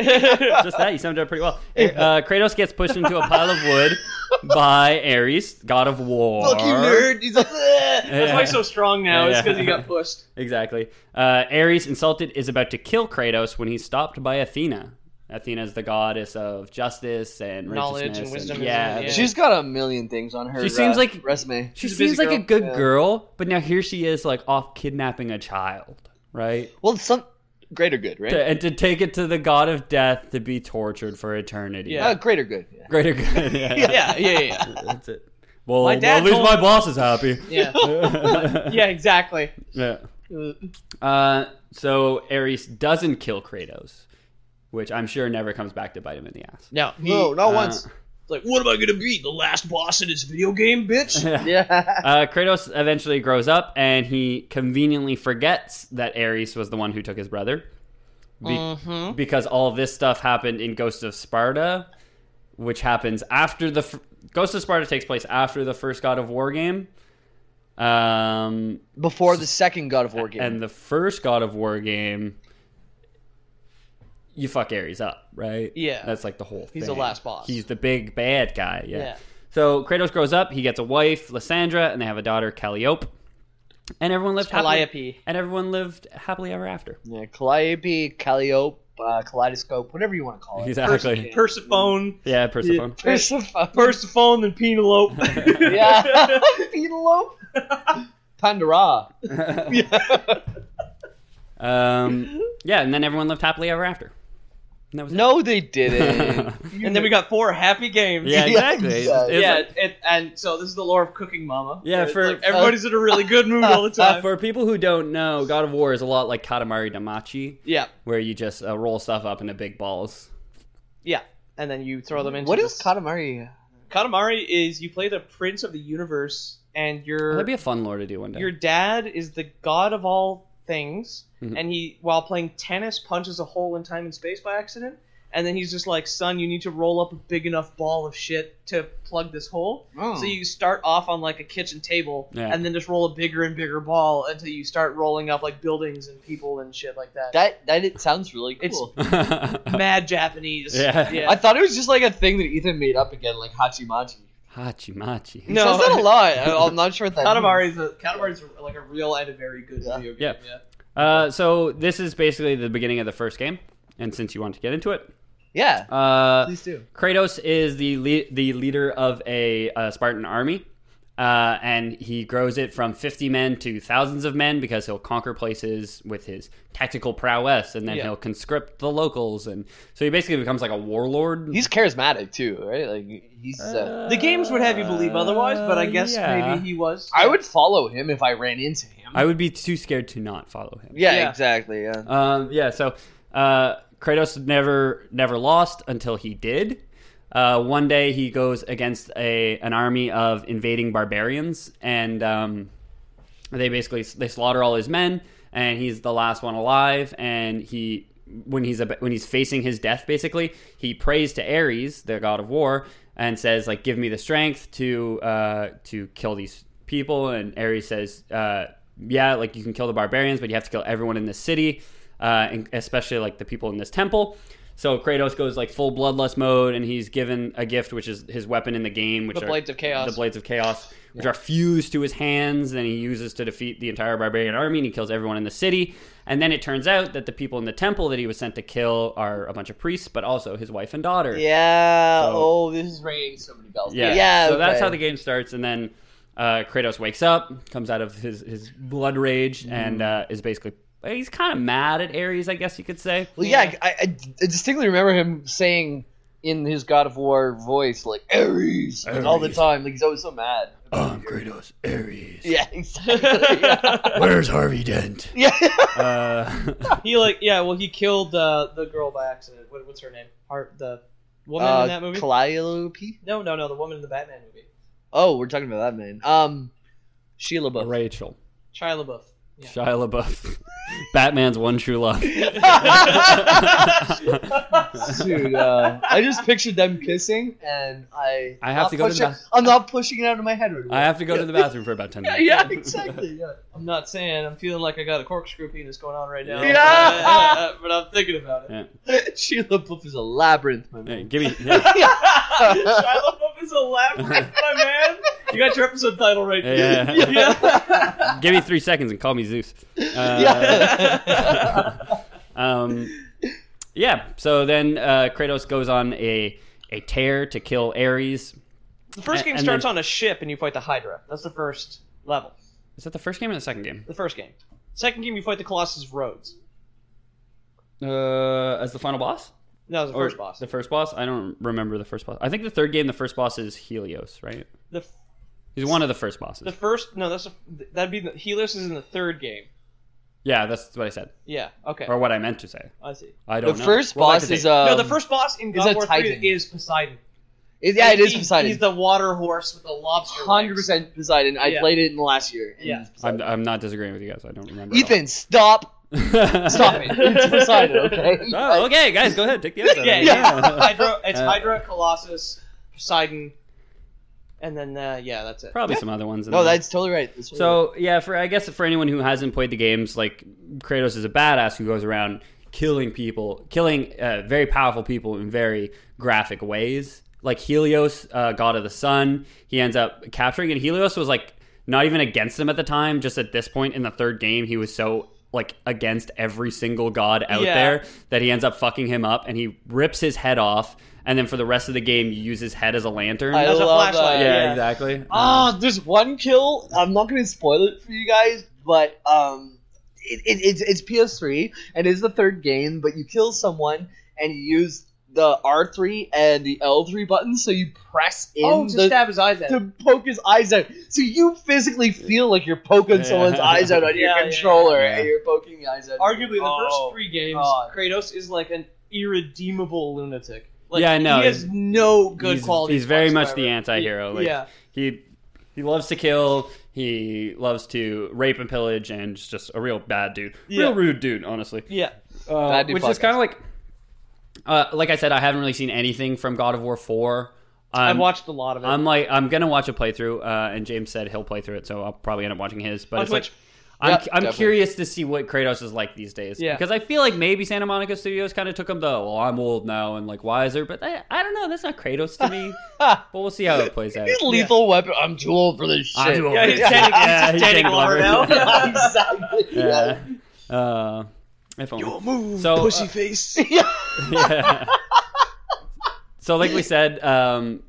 S3: Just that, you summed it up pretty well. Uh, Kratos gets pushed into a pile of wood by Ares, god of war.
S2: Fuck you, nerd. He's like, "Ugh."
S4: That's why
S3: *laughs*
S4: he's so strong now.
S3: Yeah,
S4: It's
S3: yeah.
S4: because
S3: *laughs*
S4: he got pushed.
S3: Exactly. Uh, Ares, insulted, is about to kill Kratos when he's stopped by Athena. Athena is the goddess of justice and
S4: Knowledge and
S3: righteousness
S4: wisdom and-
S3: yeah,
S4: yeah.
S2: she's got a million things on her.
S3: She seems
S2: uh,
S3: like-
S2: resume.
S3: she
S4: She's a busy
S3: seems like a
S4: girl.
S3: good
S2: Yeah.
S3: girl, but now here she is, like off kidnapping a child, right?
S2: Well, some greater good, right?
S3: To, and to take it to the god of death to be tortured for eternity.
S4: Yeah.
S2: Uh, greater good. Yeah.
S3: Greater good. *laughs* Yeah.
S4: *laughs* Yeah, yeah, yeah.
S3: That's it. Well,
S4: My
S3: well,
S4: dad
S3: at least
S4: told-
S3: my boss is happy. *laughs*
S4: Yeah, *laughs* yeah exactly.
S3: Yeah. Uh, so Ares doesn't kill Kratos, which I'm sure never comes back to bite him in the
S4: *laughs*
S3: ass.
S4: No, he,
S2: No, not
S3: Uh,
S2: once.
S4: like, what am I gonna be? The last boss in this video game, bitch?
S2: Yeah.
S3: Uh, Kratos eventually grows up and he conveniently forgets that Ares was the one who took his brother. Be- Because all this stuff happened in Ghost of Sparta, which happens after the. F- Ghost of Sparta takes place after the first God of War game. Um,
S2: before the second God of War game.
S3: and the first God of War game, you fuck Ares up, right?
S4: Yeah.
S3: that's like the whole.
S4: He's the
S3: thing.
S4: last boss.
S3: He's the big bad guy. Yeah.
S4: Yeah.
S3: So Kratos grows up. He gets a wife, Lysandra, and they have a daughter, Calliope. And everyone lived happily.
S4: Calliope.
S3: And everyone lived happily ever after.
S2: yeah, Calliope, Calliope, uh, Kaleidoscope, whatever you want to call it.
S3: Exactly.
S4: Persephone.
S3: Yeah,
S4: *laughs*
S3: Persephone.
S2: Persephone.
S4: Persephone and *laughs* Penelope.
S2: yeah. Penelope. Pandora.
S3: *laughs* Um, yeah, and then everyone lived happily ever after. And that was it.
S2: No, they didn't.
S4: *laughs* and then we got four happy games.
S3: Yeah, exactly. It's just- it's
S4: Yeah,
S3: like-
S4: and, and so this is the lore of Cooking Mama.
S3: Yeah,
S4: where it's
S3: for-
S4: like everybody's in a really good mood all *laughs* the time.
S3: uh, for people who don't know, God of War is a lot like Katamari Damacy,
S4: yeah,
S3: where you just uh, roll stuff up into big balls.
S4: yeah, and then you throw them
S2: *laughs*
S4: into
S2: what
S4: this-
S2: is Katamari?
S4: Katamari? Is you play the Prince of the Universe, and your
S3: That'd be a fun lore to do one day.
S4: your dad is the god of all things,
S3: Mhm.
S4: and he while playing tennis punches a hole in time and space by accident. And then he's just like, son, you need to roll up a big enough ball of shit to plug this hole.
S2: Oh.
S4: So you start off on like a kitchen table
S3: Yeah.
S4: and then just roll a bigger and bigger ball until you start rolling up like buildings and people and shit like that.
S2: That that it sounds really cool.
S4: *laughs* Mad Japanese.
S3: Yeah.
S2: I thought it was just like a thing that Ethan made up again, like Hachimachi.
S3: *laughs* Hachimachi.
S2: He
S4: No.
S2: says that a lot. *laughs* I- I'm not sure what that
S4: Katamari is a, Katamari is like a real and a very good video game.
S3: Yeah. Uh, so this is basically the beginning of the first game, and since you want to get into it,
S2: means. Yeah.
S3: uh,
S2: Please do.
S3: Kratos is the le- the leader of a, uh Spartan army, uh, and he grows it from fifty men to thousands of men because he'll conquer places with his tactical prowess, and then
S4: Yeah.
S3: he'll conscript the locals, and so he basically becomes like a warlord.
S2: He's charismatic too, right? Like he's. Uh,
S4: The games would have you believe otherwise, but I guess
S3: Uh, yeah.
S4: maybe he was.
S2: I would follow him if I ran into him.
S3: I would be too scared to not follow him.
S2: yeah,
S4: Yeah.
S2: exactly. Yeah.
S3: Um, yeah, so uh, Kratos never never lost until he did. Uh, one day he goes against a an army of invading barbarians, and um, they basically they slaughter all his men, and he's the last one alive. And he when he's ab when he's facing his death, basically he prays to Ares, the god of war, and says like, "Give me the strength to uh, to kill these people." And Ares says, uh, "Yeah, like you can kill the barbarians, but you have to kill everyone in this city, uh, and especially like the people in this temple." So Kratos goes like full bloodlust mode, and he's given a gift, which is his weapon in the game, which
S4: The Blades of Chaos.
S3: the blades of chaos, which are fused to his hands, and he uses to defeat the entire barbarian army, and he kills everyone in the city. And then it turns out that the people in the temple that he was sent to kill are a bunch of priests, but also his wife and daughter.
S2: Yeah.
S3: So-
S2: oh, this is ringing so many bells.
S3: Yeah.
S2: yeah
S3: so that's
S2: okay.
S3: how the game starts, and then uh, Kratos wakes up, comes out of his, his blood rage, and uh, is basically he's kind of mad at Ares, I guess you could say.
S2: Well, *laughs* yeah, I, I, I distinctly remember him saying in his God of War voice, like Ares, like, all the time. Like he's always so mad.
S3: I'm Um, Kratos, Ares.
S2: Yeah, *laughs* exactly. Yeah.
S3: Where's Harvey Dent?
S2: Yeah.
S3: Uh, *laughs*
S4: He like yeah, well he killed uh, the girl by accident. What, what's her name? Heart the woman
S2: Uh,
S4: in that movie?
S2: Calliope?
S4: no, no, no, the woman in the Batman movie.
S2: Oh, we're talking about that man. Um, Sheila LaBeouf.
S3: Rachel,
S4: Shia LaBeouf. Yeah.
S3: Shia LaBeouf, *laughs* Batman's one true *laughs*
S2: *laughs*
S3: love.
S2: Dude, uh, I just pictured them kissing, and I.
S3: I have
S2: not
S3: to go to
S2: pushing-
S3: the bath-
S2: I'm not pushing it out of my head. Right
S3: I have to go to the bathroom for about 10 minutes.
S2: yeah, *laughs* exactly. Yeah.
S4: I'm not saying I'm feeling like I got a corkscrew penis going on right now.
S3: Yeah.
S4: Uh, *laughs* but I'm thinking about it.
S3: Yeah.
S2: *laughs* Sheila LaBeouf is a labyrinth, my
S3: Hey,
S2: man.
S3: give me. Yeah.
S4: *laughs* Shia LaBeouf is
S2: *laughs*
S4: elaborate, my man. You got your episode title right there.
S3: Yeah, yeah,
S4: *laughs*
S3: yeah. Give me three seconds and call me Zeus. Uh,
S2: *laughs*
S3: *laughs* um, yeah. So then uh, Kratos goes on a a tear to kill Ares.
S4: The first game
S3: And
S4: starts
S3: then-
S4: on a ship and you fight the Hydra. That's the first level.
S3: Is that the first game or the second game?
S4: The first game. Second game, you fight the Colossus of Rhodes.
S3: Uh, as the final boss.
S4: No, that was the
S3: Or
S4: first boss.
S3: The first boss. I don't remember the first boss. I think the third game, the first boss is Helios, right?
S4: the, f-
S3: He's one of the first bosses.
S4: the first. No, that's a, that'd be the, Helios is in the third game.
S3: yeah, that's what I said,
S4: Yeah. Okay.
S3: or what I meant to say.
S4: I see.
S3: I
S2: The
S3: don't know.
S2: first
S3: We'll have
S2: boss
S3: to
S2: is
S3: date.
S2: um,
S4: no, the first boss in
S2: is
S4: God
S2: a
S4: of War 3
S2: Titan.
S4: is Poseidon.
S2: It, yeah, it is
S4: He-
S2: Poseidon.
S4: He's the water horse with the lobster.
S2: hundred
S4: legs.
S2: percent Poseidon. I
S4: Yeah.
S2: played it in the last year. and
S4: Yeah.
S2: it's
S3: I'm,
S2: Poseidon.
S3: I'm not disagreeing with you guys. I don't remember. at all.
S2: Ethan, stop!
S3: *laughs*
S2: Stop it! It's Poseidon, okay?
S3: Oh, okay, guys,
S4: *laughs*
S3: go ahead. Take the episode.
S2: Uh,
S4: Yeah, yeah. Hydra, it's
S3: Uh,
S4: Hydra, Colossus, Poseidon, and then uh, yeah, that's it.
S3: Probably some other ones.
S2: *laughs*
S3: in
S2: No,
S3: there.
S2: that's totally right. That's totally
S3: So yeah, for I guess for anyone who hasn't played the games, like Kratos is a badass who goes around killing people, killing uh, very powerful people in very graphic ways. Like Helios, uh, god of the sun, he ends up capturing, and Helios was like not even against him at the time. Just at this point in the third game, he was so like against every single god out
S4: Yeah.
S3: there that he ends up fucking him up, and he rips his head off. And then for the rest of the game, you use his head as a lantern.
S2: I
S4: As a
S2: love
S4: flashlight,
S2: uh,
S3: yeah,
S4: yeah. Oh,
S3: exactly.
S2: Ah, there's one kill. I'm not going to spoil it for you guys, but um, it, it, it's it's PS3 and it's the third game. But you kill someone and you use the R3 and the L3 buttons, so you press in
S4: oh, to
S2: the,
S4: stab his eyes out.
S2: to poke his eyes out. So you physically feel like you're poking
S3: Yeah.
S2: someone's eyes out on your
S4: Yeah, yeah,
S2: controller,
S3: yeah.
S2: and you're poking the eyes out.
S4: Arguably, the
S2: Oh,
S4: first three games,
S2: God.
S4: Kratos is like an irredeemable lunatic. Like,
S3: Yeah, I know.
S4: He has no good
S3: he's,
S4: quality.
S3: He's very much the anti-hero. Like,
S4: yeah.
S3: He he loves to kill. He loves to rape and pillage, and is just a real bad dude,
S4: Yeah.
S3: real rude dude, honestly.
S4: Yeah.
S3: Uh,
S2: Bad dude
S3: which is
S2: podcast.
S3: kind of like, uh, like I said, I haven't really seen anything from God of War four.
S4: I've
S3: I'm,
S4: watched a lot of it.
S3: I'm like I'm gonna watch a playthrough, uh, and James said he'll play through it, so I'll probably end up watching his. But
S4: On
S3: it's like
S4: Twitch.
S3: I'm,
S2: Yeah,
S3: I'm
S2: definitely.
S3: curious to see what Kratos is like these days.
S4: Yeah.
S3: Because I feel like maybe Santa Monica Studios kind of took him to, well, I'm old now and like wiser, but I, I don't know. That's not Kratos to
S4: *laughs*
S3: me. but we'll see how it plays out.
S2: lethal weapon. I'm too old for this shit.
S3: *laughs* I'm too old
S4: Yeah,
S3: for
S4: he's
S3: this.
S4: getting-
S3: Yeah,
S4: he's
S3: he's
S4: getting older
S3: blubbered.
S2: *laughs*
S4: now.
S2: exactly.
S3: *laughs* Yeah.
S4: *laughs*
S3: Uh, if only.
S4: move,
S3: So, uh,
S4: face.
S3: *laughs* yeah. *laughs* So, like we said, um,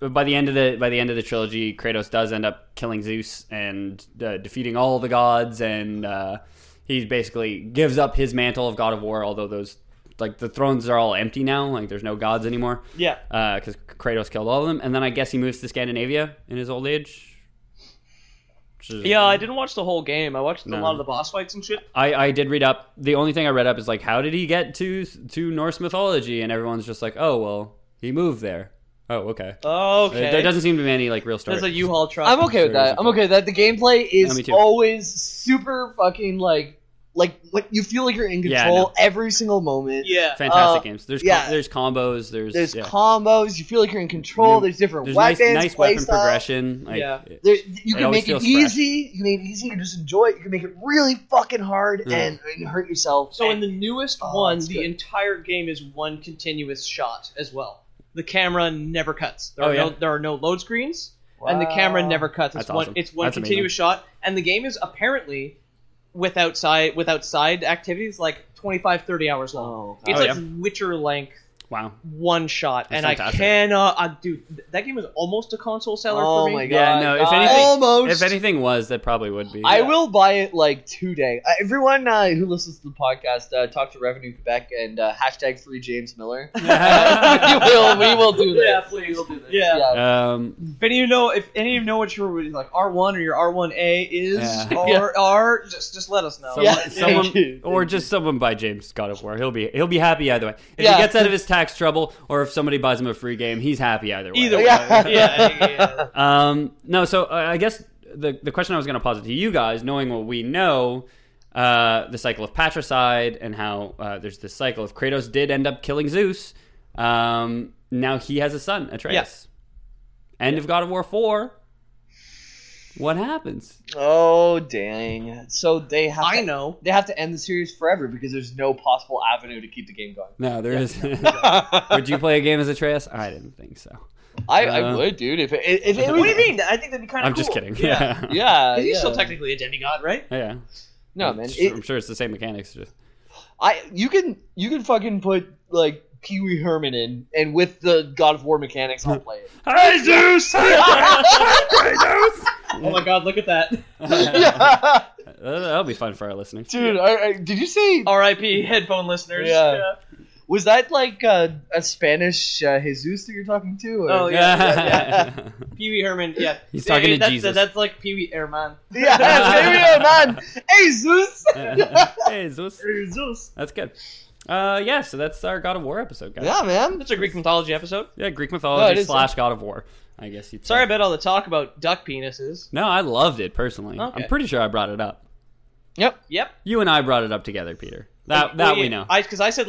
S3: by the end of the by the end of the trilogy, Kratos does end up killing Zeus and uh, defeating all the gods, and uh, he basically gives up his mantle of god of war. Although those like the thrones are all empty now, like there's no gods anymore
S4: yeah.
S3: because Kratos killed all of them, and then I guess he moves to Scandinavia in his old age. Which is-
S4: Yeah, I didn't watch the whole game. I watched a
S3: No.
S4: lot of the boss fights and shit.
S3: I, I did read up. The only thing I read up is like, how did he get to to Norse mythology? And everyone's just like, oh well, he moved there. Oh okay.
S4: Okay.
S3: There, there doesn't seem to be any like real story.
S4: There's a U-Haul truck.
S2: I'm okay with
S3: Sure,
S2: that.
S3: it's
S2: I'm
S3: okay.
S2: okay with that. The gameplay
S3: Yeah, me
S2: is
S3: too.
S2: always super fucking like like like, you feel like you're in
S3: Yeah, I
S2: control every single moment.
S4: Yeah.
S3: Fantastic
S2: uh,
S3: games. There's
S2: yeah.
S3: com- there's combos. There's
S2: There's
S3: yeah.
S2: combos. You feel like you're in control.
S3: New-
S2: there's different
S3: there's
S2: weapons.
S3: nice, nice weapon
S2: playstyle.
S3: progression. Like,
S4: Yeah.
S2: There, you can make
S3: always
S2: it
S3: feels fresh.
S2: easy. You can make it easy. You can just enjoy it. You can make it really fucking hard
S3: Yeah.
S2: and, and hurt yourself.
S4: So in
S2: And-
S4: the newest
S2: Oh,
S4: one,
S2: that's
S4: the
S2: good.
S4: entire game is one continuous shot as well. The camera never cuts. There
S3: Oh,
S4: are no
S3: yeah.
S4: there are no load screens, and the camera
S2: Wow.
S4: never cuts. It's
S3: That's
S4: one
S3: awesome.
S4: it's one
S3: That's
S4: continuous shot, and the game is apparently without side without side activities like 25 30 hours long.
S2: Oh,
S4: It's
S3: Oh,
S4: like Witcher length
S3: Wow.
S4: one shot,
S3: That's
S4: and I
S3: fantastic.
S4: cannot. I, dude, th- that game is almost a console seller
S2: oh
S4: for me.
S2: my god!
S3: Yeah, no, if
S2: Uh,
S3: anything-
S2: almost.
S3: If anything was, that probably would be.
S2: *laughs* I will buy it like today. Uh, everyone uh, who listens to the podcast, uh, talk to Revenue Quebec and uh, hashtag free James Miller.
S4: *laughs*
S2: we will, we will do that.
S4: Yeah, please.
S2: We'll do this.
S4: Yeah.
S3: um,
S4: If any of you know, if any of you know what your like R one or your R one A is
S3: Yeah.
S4: or
S2: *laughs* Yeah.
S4: R, just just let us know.
S3: Someone-
S2: Yeah,
S4: Let-
S2: thank
S3: someone-
S2: you.
S3: or just someone buy James God of War. He'll be he'll be happy either way. If
S2: Yeah.
S3: he gets out of his tax trouble, or if somebody buys him a free game, he's happy either way.
S4: *laughs* Either way,
S2: Yeah. *laughs*
S4: yeah, yeah, yeah.
S3: Um, no, so uh, I guess the the question I was going to posit to you guys, knowing what we know, uh, the cycle of patricide and how uh, there's this cycle. If Kratos did end up killing Zeus, um, now he has a son, Atreus. End of God of War four. What happens?
S2: Oh dang! So they have.
S4: I
S2: to,
S4: know.
S2: They have to end the series forever because there's no possible avenue to keep the game
S4: *laughs*
S2: going.
S3: No, there is. *laughs*
S2: I,
S3: Would you play a game as Atreus? I didn't think so.
S2: I
S3: Uh,
S2: would, dude. If it, if it
S4: What
S2: was,
S4: do you mean? I think that'd be kind of.
S3: I'm just kidding. *laughs*
S4: Yeah.
S2: Yeah,
S3: Yeah.
S4: *laughs* He's
S2: yeah.
S4: still technically a demigod, right?
S3: Yeah.
S2: no man.
S3: I'm sure- I'm
S2: It,
S3: sure it's the same mechanics. Just
S2: I you can you can fucking put like Pee Wee Herman in, and with the God of War mechanics, I'll play
S4: *laughs*
S2: it.
S3: Hey *laughs* Zeus!
S4: Oh my god, look at *laughs* that.
S2: yeah,
S3: That'll be fun for our
S2: *laughs*
S3: listeners.
S2: dude. I, I, did you say
S4: R.I.P. headphone listeners.
S2: Yeah. was that like uh, a Spanish uh, Jesus that you're talking to? Or?
S4: Oh, yeah, yeah,
S3: yeah.
S4: Pee Wee Herman. Yeah.
S3: He's talking to
S4: that's,
S3: Jesus.
S4: That's like Pee Wee Herman.
S2: *laughs* Yeah, *laughs* there we go, man. Hey,
S4: *laughs*
S2: Zeus.
S3: *laughs* hey, Zeus.
S4: Jesus.
S3: That's good. Uh, yeah, so that's our God of War episode, guys.
S2: Yeah, man.
S4: That's a Greek mythology episode.
S3: Yeah, Greek
S2: No, it
S3: mythology
S2: is-
S3: slash God of War, I guess you'd say.
S4: Sorry about all the talk about duck penises.
S3: No, I loved it personally.
S4: Okay.
S3: I'm pretty sure I brought it up.
S2: Yep.
S4: Yep.
S3: You and I brought it up together, Peter. That that we know.
S4: I because I said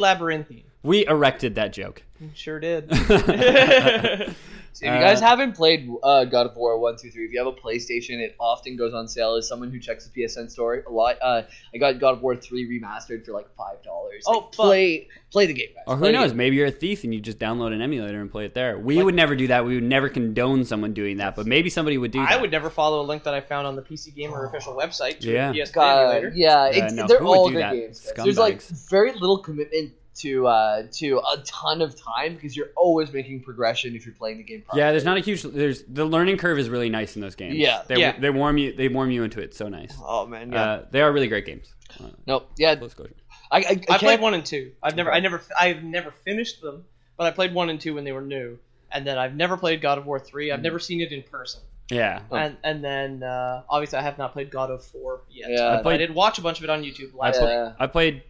S3: *laughs*
S4: labyrinthine. *laughs*
S3: We erected that joke.
S4: Sure did.
S2: So if you guys haven't played uh, God of War one, two, three, if you have a PlayStation, it often goes on sale. As someone who checks the PSN store a lot, uh, I got God of War three remastered for like five dollars.
S4: Oh,
S2: like,
S4: fuck.
S2: play play the game, guys.
S3: Or
S2: Play
S3: Oh, who
S2: the
S3: knows?
S2: game.
S3: Maybe you're a thief and you just download an emulator and play it there. We would never do that. We would never condone someone doing that. But maybe somebody would do that.
S4: I would never follow a link that I found on the PC Gamer official website to
S3: Oh. Yeah.
S4: a PSP
S2: God,
S4: emulator.
S2: yeah,
S3: Yeah,
S2: it's,
S3: no,
S2: they're
S3: who would
S2: all
S3: do
S2: good
S3: that?
S2: games. guys. There's like
S3: Scumbags.
S2: very little commitment to uh, to a ton of time because you're always making progression if you're playing the game. Properly.
S3: Yeah, there's not a huge. There's the learning curve is really nice in those games.
S2: Yeah.
S3: they,
S4: Yeah.
S3: they warm you. They warm you into it. So nice.
S2: Oh man, yeah.
S3: Uh, they are really great games. Uh,
S2: nope. Yeah,
S3: full disclosure.
S2: I, I, I,
S4: I played
S2: can't-
S4: one and two. I've never, I never, I've never finished them, but I played one and two when they were new, and then I've never played God of War three. I've never seen it in person,
S3: Yeah,
S2: Oh.
S4: and and then uh, obviously I have not played God of Four yet.
S2: Yeah.
S3: I played-
S4: I did watch a bunch of it on YouTube.
S3: I,
S4: Last
S3: pla-
S2: Yeah.
S3: I played.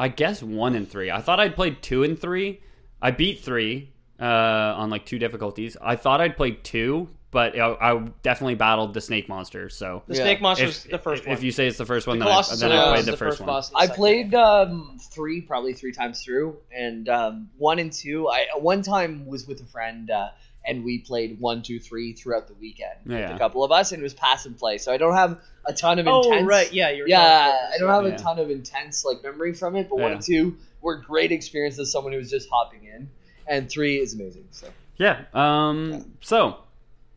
S3: I guess one and three. I thought I'd played two and three. I beat three uh, on like two difficulties. I thought I'd played two, but I, I definitely battled the snake monster. So
S4: the
S2: Yeah.
S4: Snake Monster was
S3: if,
S4: the first
S3: if,
S4: one.
S3: if you say it's the first one,
S4: the
S3: then I,
S4: Colossus
S3: then I
S2: Announce
S4: Announce
S3: played
S4: is
S3: the,
S4: the
S3: first, one.
S4: boss. in the
S2: I
S4: second.
S2: played um, three probably three times through, and um, one and two. I one time was with a friend, uh, and we played one, two, three throughout the weekend.
S3: Yeah.
S2: with a couple of us, and it was pass and play. So I don't have a ton of
S4: Oh
S2: intense.
S4: right, yeah, you're
S2: Yeah, I don't have
S3: Yeah.
S2: a ton of intense like memory from it, but one
S3: Yeah.
S2: and two were great experiences. as Someone who was just hopping in, and three is amazing. So
S3: Yeah. Um. So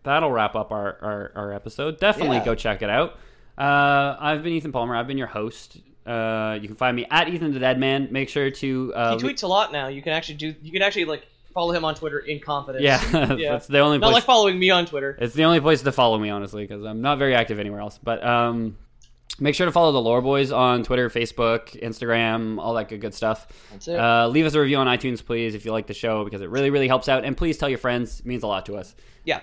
S3: that'll wrap up our our, our episode. Definitely
S2: Yeah.
S3: go check it out. Uh, I've been Ethan Palmer. I've been your host. Uh, you can find me at Ethan the Dead Man. Make sure to uh,
S4: He tweets a lot now. You can actually do. You can actually like follow him on Twitter in confidence.
S3: yeah, *laughs*
S4: *laughs* Yeah.
S3: that's the only
S4: Not
S3: place.
S4: like following me on Twitter.
S3: it's the only place to follow me honestly because I'm not very active anywhere else. But um, make sure to follow the Lore Boys on Twitter, Facebook, Instagram, all that good good stuff.
S2: that's it.
S3: Uh, leave us a review on iTunes, please, if you like the show, because it really, really helps out. And please tell your friends; it means a lot to us.
S4: Yeah.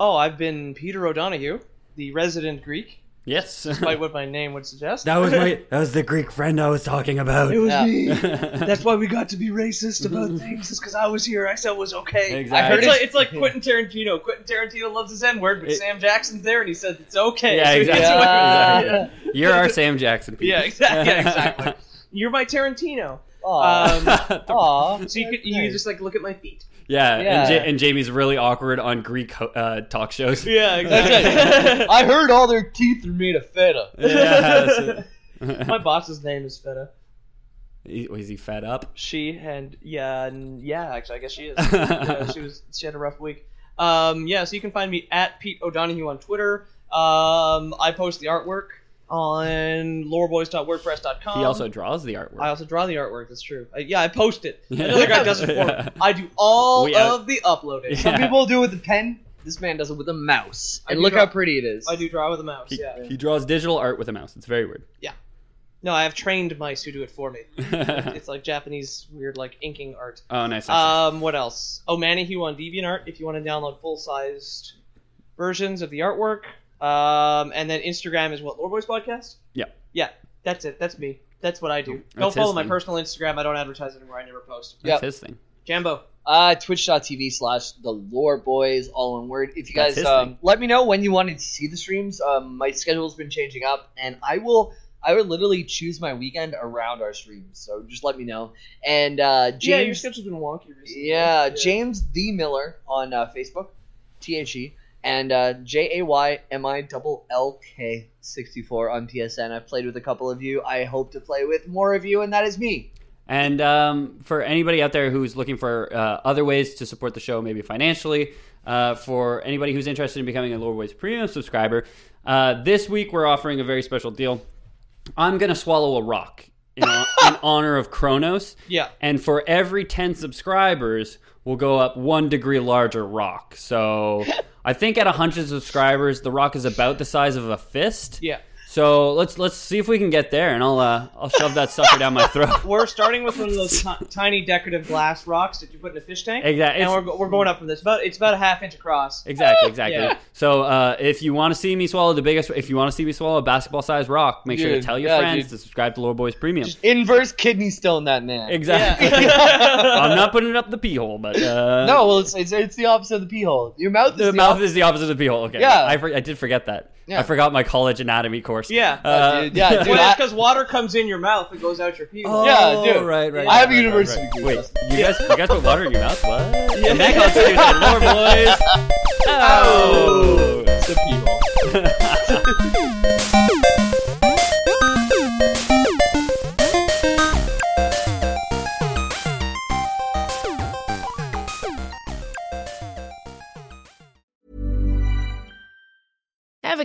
S4: Oh, I've been Peter O'Donohue, the resident Greek,
S3: Yes, *laughs*
S4: despite what my name would suggest.
S3: That was
S4: *laughs*
S3: my that was the Greek friend I was talking about. *laughs*
S2: Yeah.
S4: *laughs* That's why we got to be racist about things, is because I was here. I said it was okay.
S3: Exactly. I heard
S4: It's,
S3: it-
S4: like, it's like Quentin Tarantino. Quentin Tarantino loves his N word, but
S3: It-
S4: Sam Jackson's there, and he says it's okay.
S3: Yeah,
S4: So he
S3: exactly.
S4: gets away with it.
S3: Exactly. *laughs* You're our Sam Jackson. Pete.
S4: Yeah, exactly.
S3: *laughs*
S4: Yeah, exactly. You're my Tarantino. Um,
S3: Oh,
S2: Aw.
S4: so you could you could just like look at my feet.
S3: yeah, And,
S2: Yeah.
S3: ja- and Jamie's really awkward on Greek ho- uh, talk shows. *laughs*
S4: Yeah,
S2: exactly. I heard all their teeth are made of feta.
S3: Yeah, that's
S4: my boss's name is Feta.
S3: it. Was *laughs* he fed up?
S4: She and yeah, and yeah. Actually, I guess she
S3: *laughs*
S4: is. yeah, she was. She had a rough week. Um, yeah. So you can find me at Pete O'Donohue on Twitter. Um, I post the artwork on loreboys.wordpress.com.
S3: he also draws the artwork.
S4: Um, I also draw the artwork. That's true. I, yeah, I post it.
S3: Yeah.
S4: Another guy does it for
S3: Yeah. *laughs*
S4: me. I do all
S3: We out-
S4: of the uploading.
S3: Yeah.
S2: Some people do it with a pen. This man does it with a mouse.
S4: I
S2: And
S4: do
S2: look
S4: draw-
S2: how pretty it is.
S4: I do draw with a mouse.
S3: he,
S4: Yeah.
S3: he draws digital art with a mouse. It's very weird. *laughs*
S4: No, I have trained mice who do it for me.
S3: oh,
S4: It's like Japanese weird like inking art.
S3: nice. nice, nice.
S4: Um, what else? Oh, Manahue on DeviantArt if you want to download full-sized versions of the artwork. Um, and then Instagram is what Loreboys Podcast.
S3: Yeah.
S4: Yeah, that's it. That's me. That's what I do. Go
S3: That's his
S4: follow my
S3: thing.
S4: personal Instagram. I don't advertise anymore. I never post.
S2: yep.
S3: That's his thing.
S4: Jambo.
S2: Uh, twitch.tv slash the lore boys, all one word. If you
S3: That's
S2: guys
S3: his
S2: um,
S3: thing.
S2: let me know when you wanted to see the streams. Um, my schedule's been changing up and I will I would literally choose my weekend around our streams. So just let me know. And uh James
S4: Yeah, your schedule's been wonky recently.
S2: Yeah, James the Miller on uh, Facebook, T H E, and uh, J A Y M I double L K sixty four on PSN. I've played with a couple of you. I hope to play with more of you, and that is me.
S3: And um, for anybody out there who's looking for uh, other ways to support the show, maybe financially, uh, for anybody who's interested in becoming a Lower Boys Premium subscriber, uh, this week we're offering a very special deal. I'm going to swallow a rock in, *laughs* in honor of Kronos.
S4: Yeah.
S3: And for every 10 subscribers, we'll go up one degree larger rock.
S2: *laughs*
S3: So I think at 100 subscribers, the rock is about the size of a fist.
S4: Yeah.
S3: So let's let's see if we can get there, and I'll uh, I'll shove that sucker down my throat. *laughs*
S4: We're starting with one of those ti- tiny decorative glass rocks that you put in a fish tank.
S3: Exactly.
S4: And we're, go- we're going up from this. About it's about a half inch across.
S3: Exactly, exactly.
S4: Yeah.
S3: So uh, if you want to see me swallow the biggest, if you want to see me swallow a basketball sized rock, make sure to
S2: Dude,
S3: tell your
S2: yeah,
S3: friends
S2: dude.
S3: to subscribe to Lore Boys Premium.
S2: Inverse kidney stone, that man.
S3: exactly. *laughs* I'm not putting it up the pee hole, but uh,
S2: No, well, it's, it's it's the opposite of the pee hole. Your mouth is
S3: the mouth is the opposite of the pee hole. Okay,
S2: Yeah.
S3: I, for, I did forget that.
S2: Yeah.
S3: I forgot my college anatomy course course.
S4: Yeah.
S3: Uh,
S2: dude, yeah,
S3: *laughs*
S2: dude,
S4: Well,
S2: I-
S4: it's because water comes in your mouth and goes out your pee. hole.
S2: Yeah, dude.
S3: Right, right.
S2: I have a
S3: right, right,
S2: university
S3: right.
S2: degree.
S3: Wait, you guys, you guys put water in your mouth? What? And that *laughs* constitutes a lore, boys. Oh.
S2: It's a pee hole.
S6: Ever